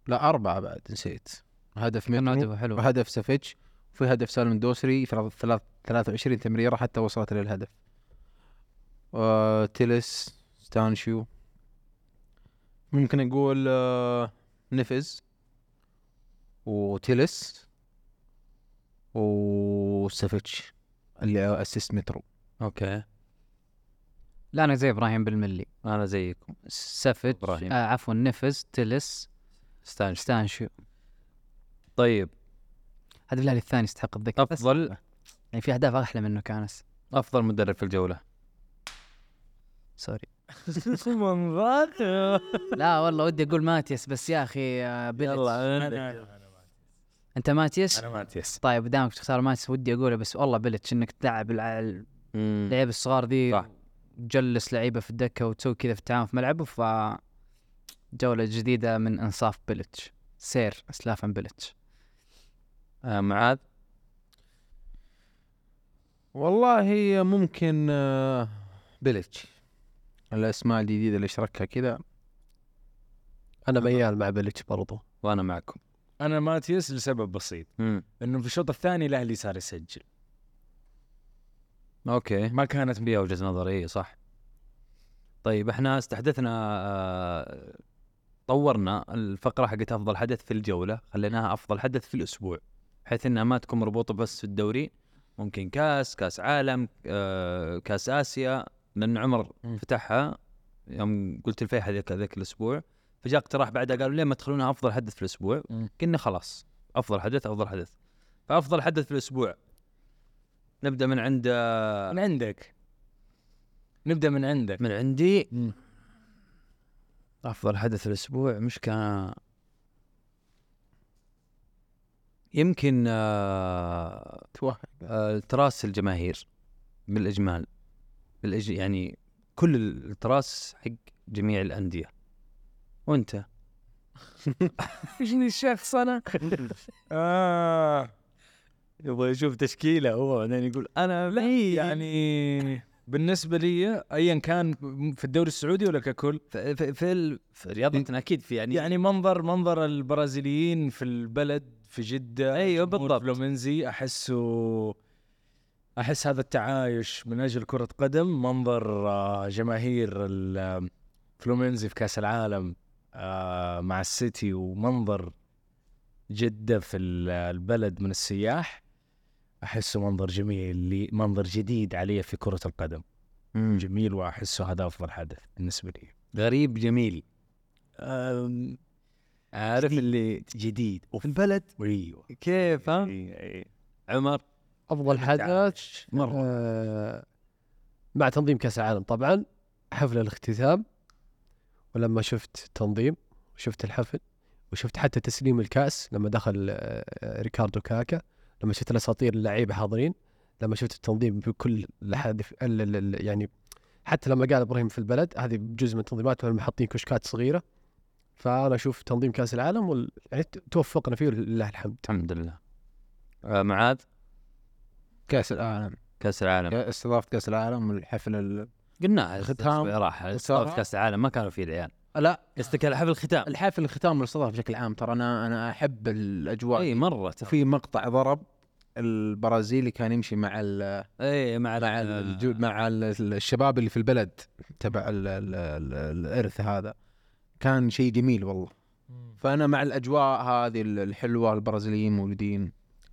[SPEAKER 3] لا اربعه بعد نسيت هدف
[SPEAKER 5] كان
[SPEAKER 3] مترو
[SPEAKER 5] هدفه حلو
[SPEAKER 3] وهدف سافيتش وفي هدف سالم الدوسري في ثلاث- 23 تمريره حتى وصلت للهدف آه، تيلس ستانشيو ممكن نقول آه، نفز وتيلس وسافيتش اللي اسيست مترو
[SPEAKER 2] أوكي
[SPEAKER 5] لا انا زي ابراهيم بالملي
[SPEAKER 2] أنا زيكم
[SPEAKER 5] سافيتش
[SPEAKER 2] إبراهيم.
[SPEAKER 5] آه عفوا نفز تلس
[SPEAKER 2] ستانش
[SPEAKER 5] ستانشيو
[SPEAKER 2] طيب
[SPEAKER 5] هدف الاهلي الثاني يستحق الذكر بس
[SPEAKER 2] أفضل
[SPEAKER 5] يعني في اهداف احلى منه كانت
[SPEAKER 2] أفضل مدرب في الجولة
[SPEAKER 5] سوري
[SPEAKER 7] من ذاك
[SPEAKER 5] لا والله ودي اقول ماتيس بس يا اخي آه، بيلتش
[SPEAKER 2] يلا
[SPEAKER 7] أنا-
[SPEAKER 5] انت ماتيس
[SPEAKER 7] انا ماتيس
[SPEAKER 5] طيب دامك تختار ماتيس ودي اقوله بس والله بلتش انك تلعب الع- اللعيبه الصغار ذي
[SPEAKER 2] صح.
[SPEAKER 5] تجلس لعيبه في الدكه وتسوي كذا في التعاون في ملعبه ف جوله جديده من انصاف بلتش سير اسلاف عن بلتش
[SPEAKER 2] آه معاذ
[SPEAKER 3] والله ممكن آه، بلتش الاسماء الجديده اللي شاركها كذا
[SPEAKER 6] انا ميال مع بلتش برضو
[SPEAKER 2] وانا معكم
[SPEAKER 7] انا ماتيس لسبب بسيط
[SPEAKER 2] مم.
[SPEAKER 7] انه في الشوط الثاني الاهلي صار يسجل
[SPEAKER 2] اوكي
[SPEAKER 7] ما كانت
[SPEAKER 2] فيها وجهه نظر اي إيه، صح طيب احنا استحدثنا آه، طورنا الفقره حقت افضل حدث في الجوله خليناها افضل حدث في الاسبوع بحيث انها ما تكون مربوطه بس في الدوري ممكن كاس كاس عالم آه، كاس اسيا لان عمر
[SPEAKER 3] مم.
[SPEAKER 2] فتحها يوم قلت الفيحة ذاك ذاك الاسبوع فجاء اقتراح بعدها قالوا ليه ما تخلونها افضل حدث في الاسبوع
[SPEAKER 7] مم.
[SPEAKER 2] قلنا خلاص افضل حدث افضل حدث فافضل حدث في الاسبوع نبدا من عند آه،
[SPEAKER 7] من عندك نبدا من عندك
[SPEAKER 2] من عندي
[SPEAKER 7] مم.
[SPEAKER 2] افضل حدث الاسبوع مش كان يمكن آه،
[SPEAKER 3] توهم
[SPEAKER 2] آه، تراس الجماهير بالاجمال بالإج... يعني كل التراس حق جميع الانديه وانت
[SPEAKER 7] ايشني الشخص انا اه يبغى يشوف تشكيله هو بعدين يقول انا لا
[SPEAKER 2] إيه.
[SPEAKER 7] يعني بالنسبه لي ايا كان في الدوري السعودي ولا ككل
[SPEAKER 2] في في, في, ال... في رياضتنا اكيد في يعني,
[SPEAKER 7] يعني منظر منظر البرازيليين في البلد في جده
[SPEAKER 2] أيوة
[SPEAKER 7] جمهور
[SPEAKER 2] بالضبط.
[SPEAKER 7] فلومنزي احسه احس هذا التعايش من اجل كره قدم منظر آه، جماهير ال- فلومنزي في كاس العالم آه، مع السيتي ومنظر جده في ال- البلد من السياح احسه منظر جميل لي منظر جديد علي في كره القدم
[SPEAKER 2] مم.
[SPEAKER 7] جميل واحسه هذا افضل حدث بالنسبه لي
[SPEAKER 2] غريب جميل عارف اللي
[SPEAKER 7] جديد
[SPEAKER 2] في البلد
[SPEAKER 7] ايوه
[SPEAKER 2] كيف ها
[SPEAKER 7] اي
[SPEAKER 2] عمر
[SPEAKER 6] افضل حدث
[SPEAKER 2] مرة.
[SPEAKER 6] آه مع تنظيم كاس العالم طبعا حفل الاختتام ولما شفت تنظيم وشفت الحفل وشفت حتى تسليم الكاس لما دخل آه ريكاردو كاكا لما شفت الاساطير اللعيبه حاضرين لما شفت التنظيم بكل الحادث ال- ال- ال- يعني حتى لما قال ابراهيم في البلد هذه جزء من تنظيماتهم لما حاطين كشكات صغيره فانا اشوف تنظيم كاس العالم وال... يعني ت- توفقنا فيه ولله الحمد
[SPEAKER 2] الحمد لله آه، معاذ
[SPEAKER 3] كاس العالم
[SPEAKER 2] كاس
[SPEAKER 3] نعم.
[SPEAKER 2] العالم
[SPEAKER 3] استضافه كاس العالم والحفل ال...
[SPEAKER 2] قلنا
[SPEAKER 3] الختام.
[SPEAKER 2] راح استضافة
[SPEAKER 3] الصراحة.
[SPEAKER 2] كاس العالم ما كانوا فيه العيال
[SPEAKER 3] لا
[SPEAKER 2] قصدك على حفل الختام
[SPEAKER 3] الحفل الختام والاستضافه بشكل عام ترى انا انا احب الاجواء
[SPEAKER 2] اي مره تفي
[SPEAKER 3] وفي إيه، مقطع ضرب البرازيلي كان يمشي مع ال
[SPEAKER 2] اي إيه، مع
[SPEAKER 3] مع الجو مع ال- الشباب اللي في البلد تبع ال- ال- ال- الارث هذا كان شيء جميل والله فانا مع الاجواء هذه ال- الحلوه البرازيليين مولودين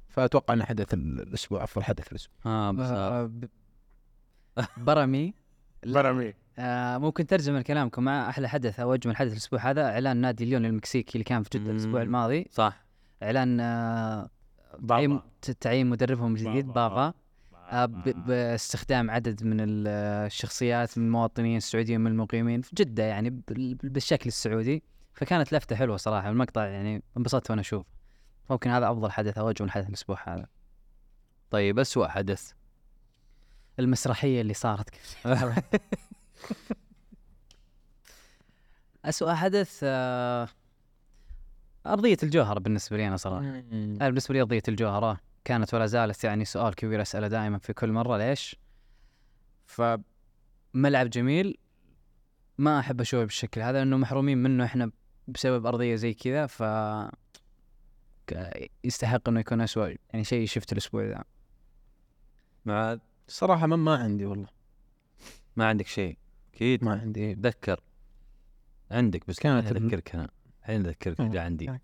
[SPEAKER 3] فاتوقع ان حدث ال- الاسبوع افضل حدث الاسبوع
[SPEAKER 2] اه بس آه.
[SPEAKER 5] آه، ب- برمي
[SPEAKER 7] برامي
[SPEAKER 5] آه ممكن ترجم لكلامكم مع احلى حدث او اجمل حدث الاسبوع هذا اعلان نادي ليون المكسيكي اللي كان في جده الاسبوع
[SPEAKER 2] مم.
[SPEAKER 5] الماضي
[SPEAKER 2] صح
[SPEAKER 5] اعلان آه تعيين
[SPEAKER 7] بابا
[SPEAKER 5] ت- تعيين مدربهم الجديد
[SPEAKER 7] بابا.
[SPEAKER 5] بافا آه ب- باستخدام عدد من ال- الشخصيات من المواطنين السعوديين من المقيمين في جده يعني بال- بالشكل السعودي فكانت لفته حلوه صراحه المقطع يعني انبسطت وانا اشوف ممكن هذا افضل حدث او اجمل حدث الاسبوع هذا
[SPEAKER 2] طيب اسوء حدث
[SPEAKER 5] المسرحيه اللي صارت أسوأ حدث آه، أرضية الجوهرة بالنسبة لي أنا صراحة أنا بالنسبة لي أرضية الجوهرة كانت ولا زالت يعني سؤال كبير أسأله دائما في كل مرة ليش فملعب جميل ما أحب أشوفه بالشكل هذا لأنه محرومين منه إحنا بسبب أرضية زي كذا ف ك- يستحق انه يكون اسوء يعني شيء شفت الاسبوع ذا
[SPEAKER 2] معاذ
[SPEAKER 3] صراحه ما, ما عندي والله
[SPEAKER 2] ما عندك شيء اكيد
[SPEAKER 3] ما عندي
[SPEAKER 2] تذكر عندك بس
[SPEAKER 3] كانت
[SPEAKER 2] الحين اذكرك انا الحين اذكرك
[SPEAKER 3] مم.
[SPEAKER 2] جاء عندي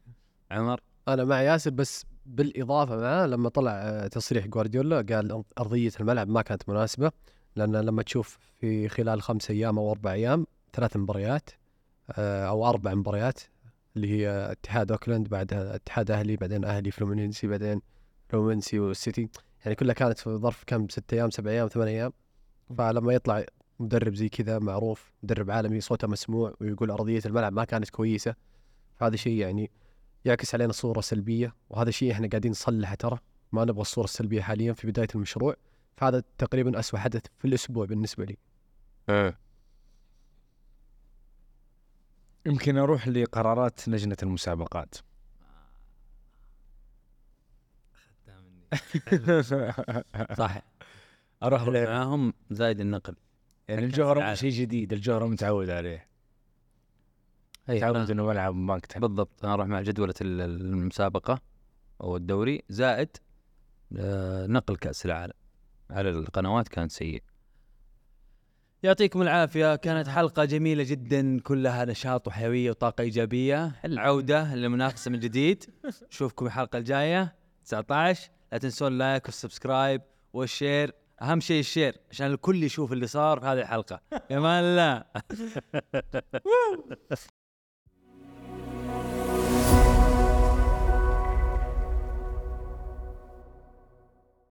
[SPEAKER 2] عمر
[SPEAKER 6] انا مع ياسر بس بالاضافه معاه لما طلع آه، تصريح جوارديولا قال أرض- ارضيه الملعب ما كانت مناسبه لان لما تشوف في خلال خمس ايام او اربع ايام ثلاث مباريات آه، او اربع مباريات اللي هي اتحاد اوكلاند بعدها اتحاد اهلي بعدين اهلي فلومينينسي بعدين فلومينسي والسيتي يعني كلها كانت في ظرف كم ست ايام سبع ايام ثمان ايام فلما يطلع مدرب زي كذا معروف مدرب عالمي صوته مسموع ويقول ارضيه الملعب ما كانت كويسه فهذا شيء يعني يعكس علينا صوره سلبيه وهذا شيء احنا قاعدين نصلحه ترى ما نبغى الصوره السلبيه حاليا في بدايه المشروع فهذا تقريبا اسوء حدث في الاسبوع بالنسبه لي
[SPEAKER 7] ايه يمكن اروح لقرارات لجنه المسابقات
[SPEAKER 2] صح
[SPEAKER 7] اروح ل-
[SPEAKER 2] معاهم زايد النقل
[SPEAKER 7] يعني
[SPEAKER 2] العالم.
[SPEAKER 7] الجوهره شيء جديد الجوهره متعود عليه
[SPEAKER 3] إيه.
[SPEAKER 2] اي
[SPEAKER 7] متعود انه ملعب ما كتب
[SPEAKER 2] بالضبط انا اروح مع جدولة ال- المسابقة او الدوري زائد آه، نقل كأس العالم على القنوات كان سيء يعطيكم العافية كانت حلقة جميلة جدا كلها نشاط وحيوية وطاقة إيجابية العودة للمنافسة من جديد نشوفكم الحلقة الجاية 19 لا تنسون اللايك والسبسكرايب والشير أهم شيء الشير عشان الكل يشوف اللي صار في هذه الحلقة يا مان الله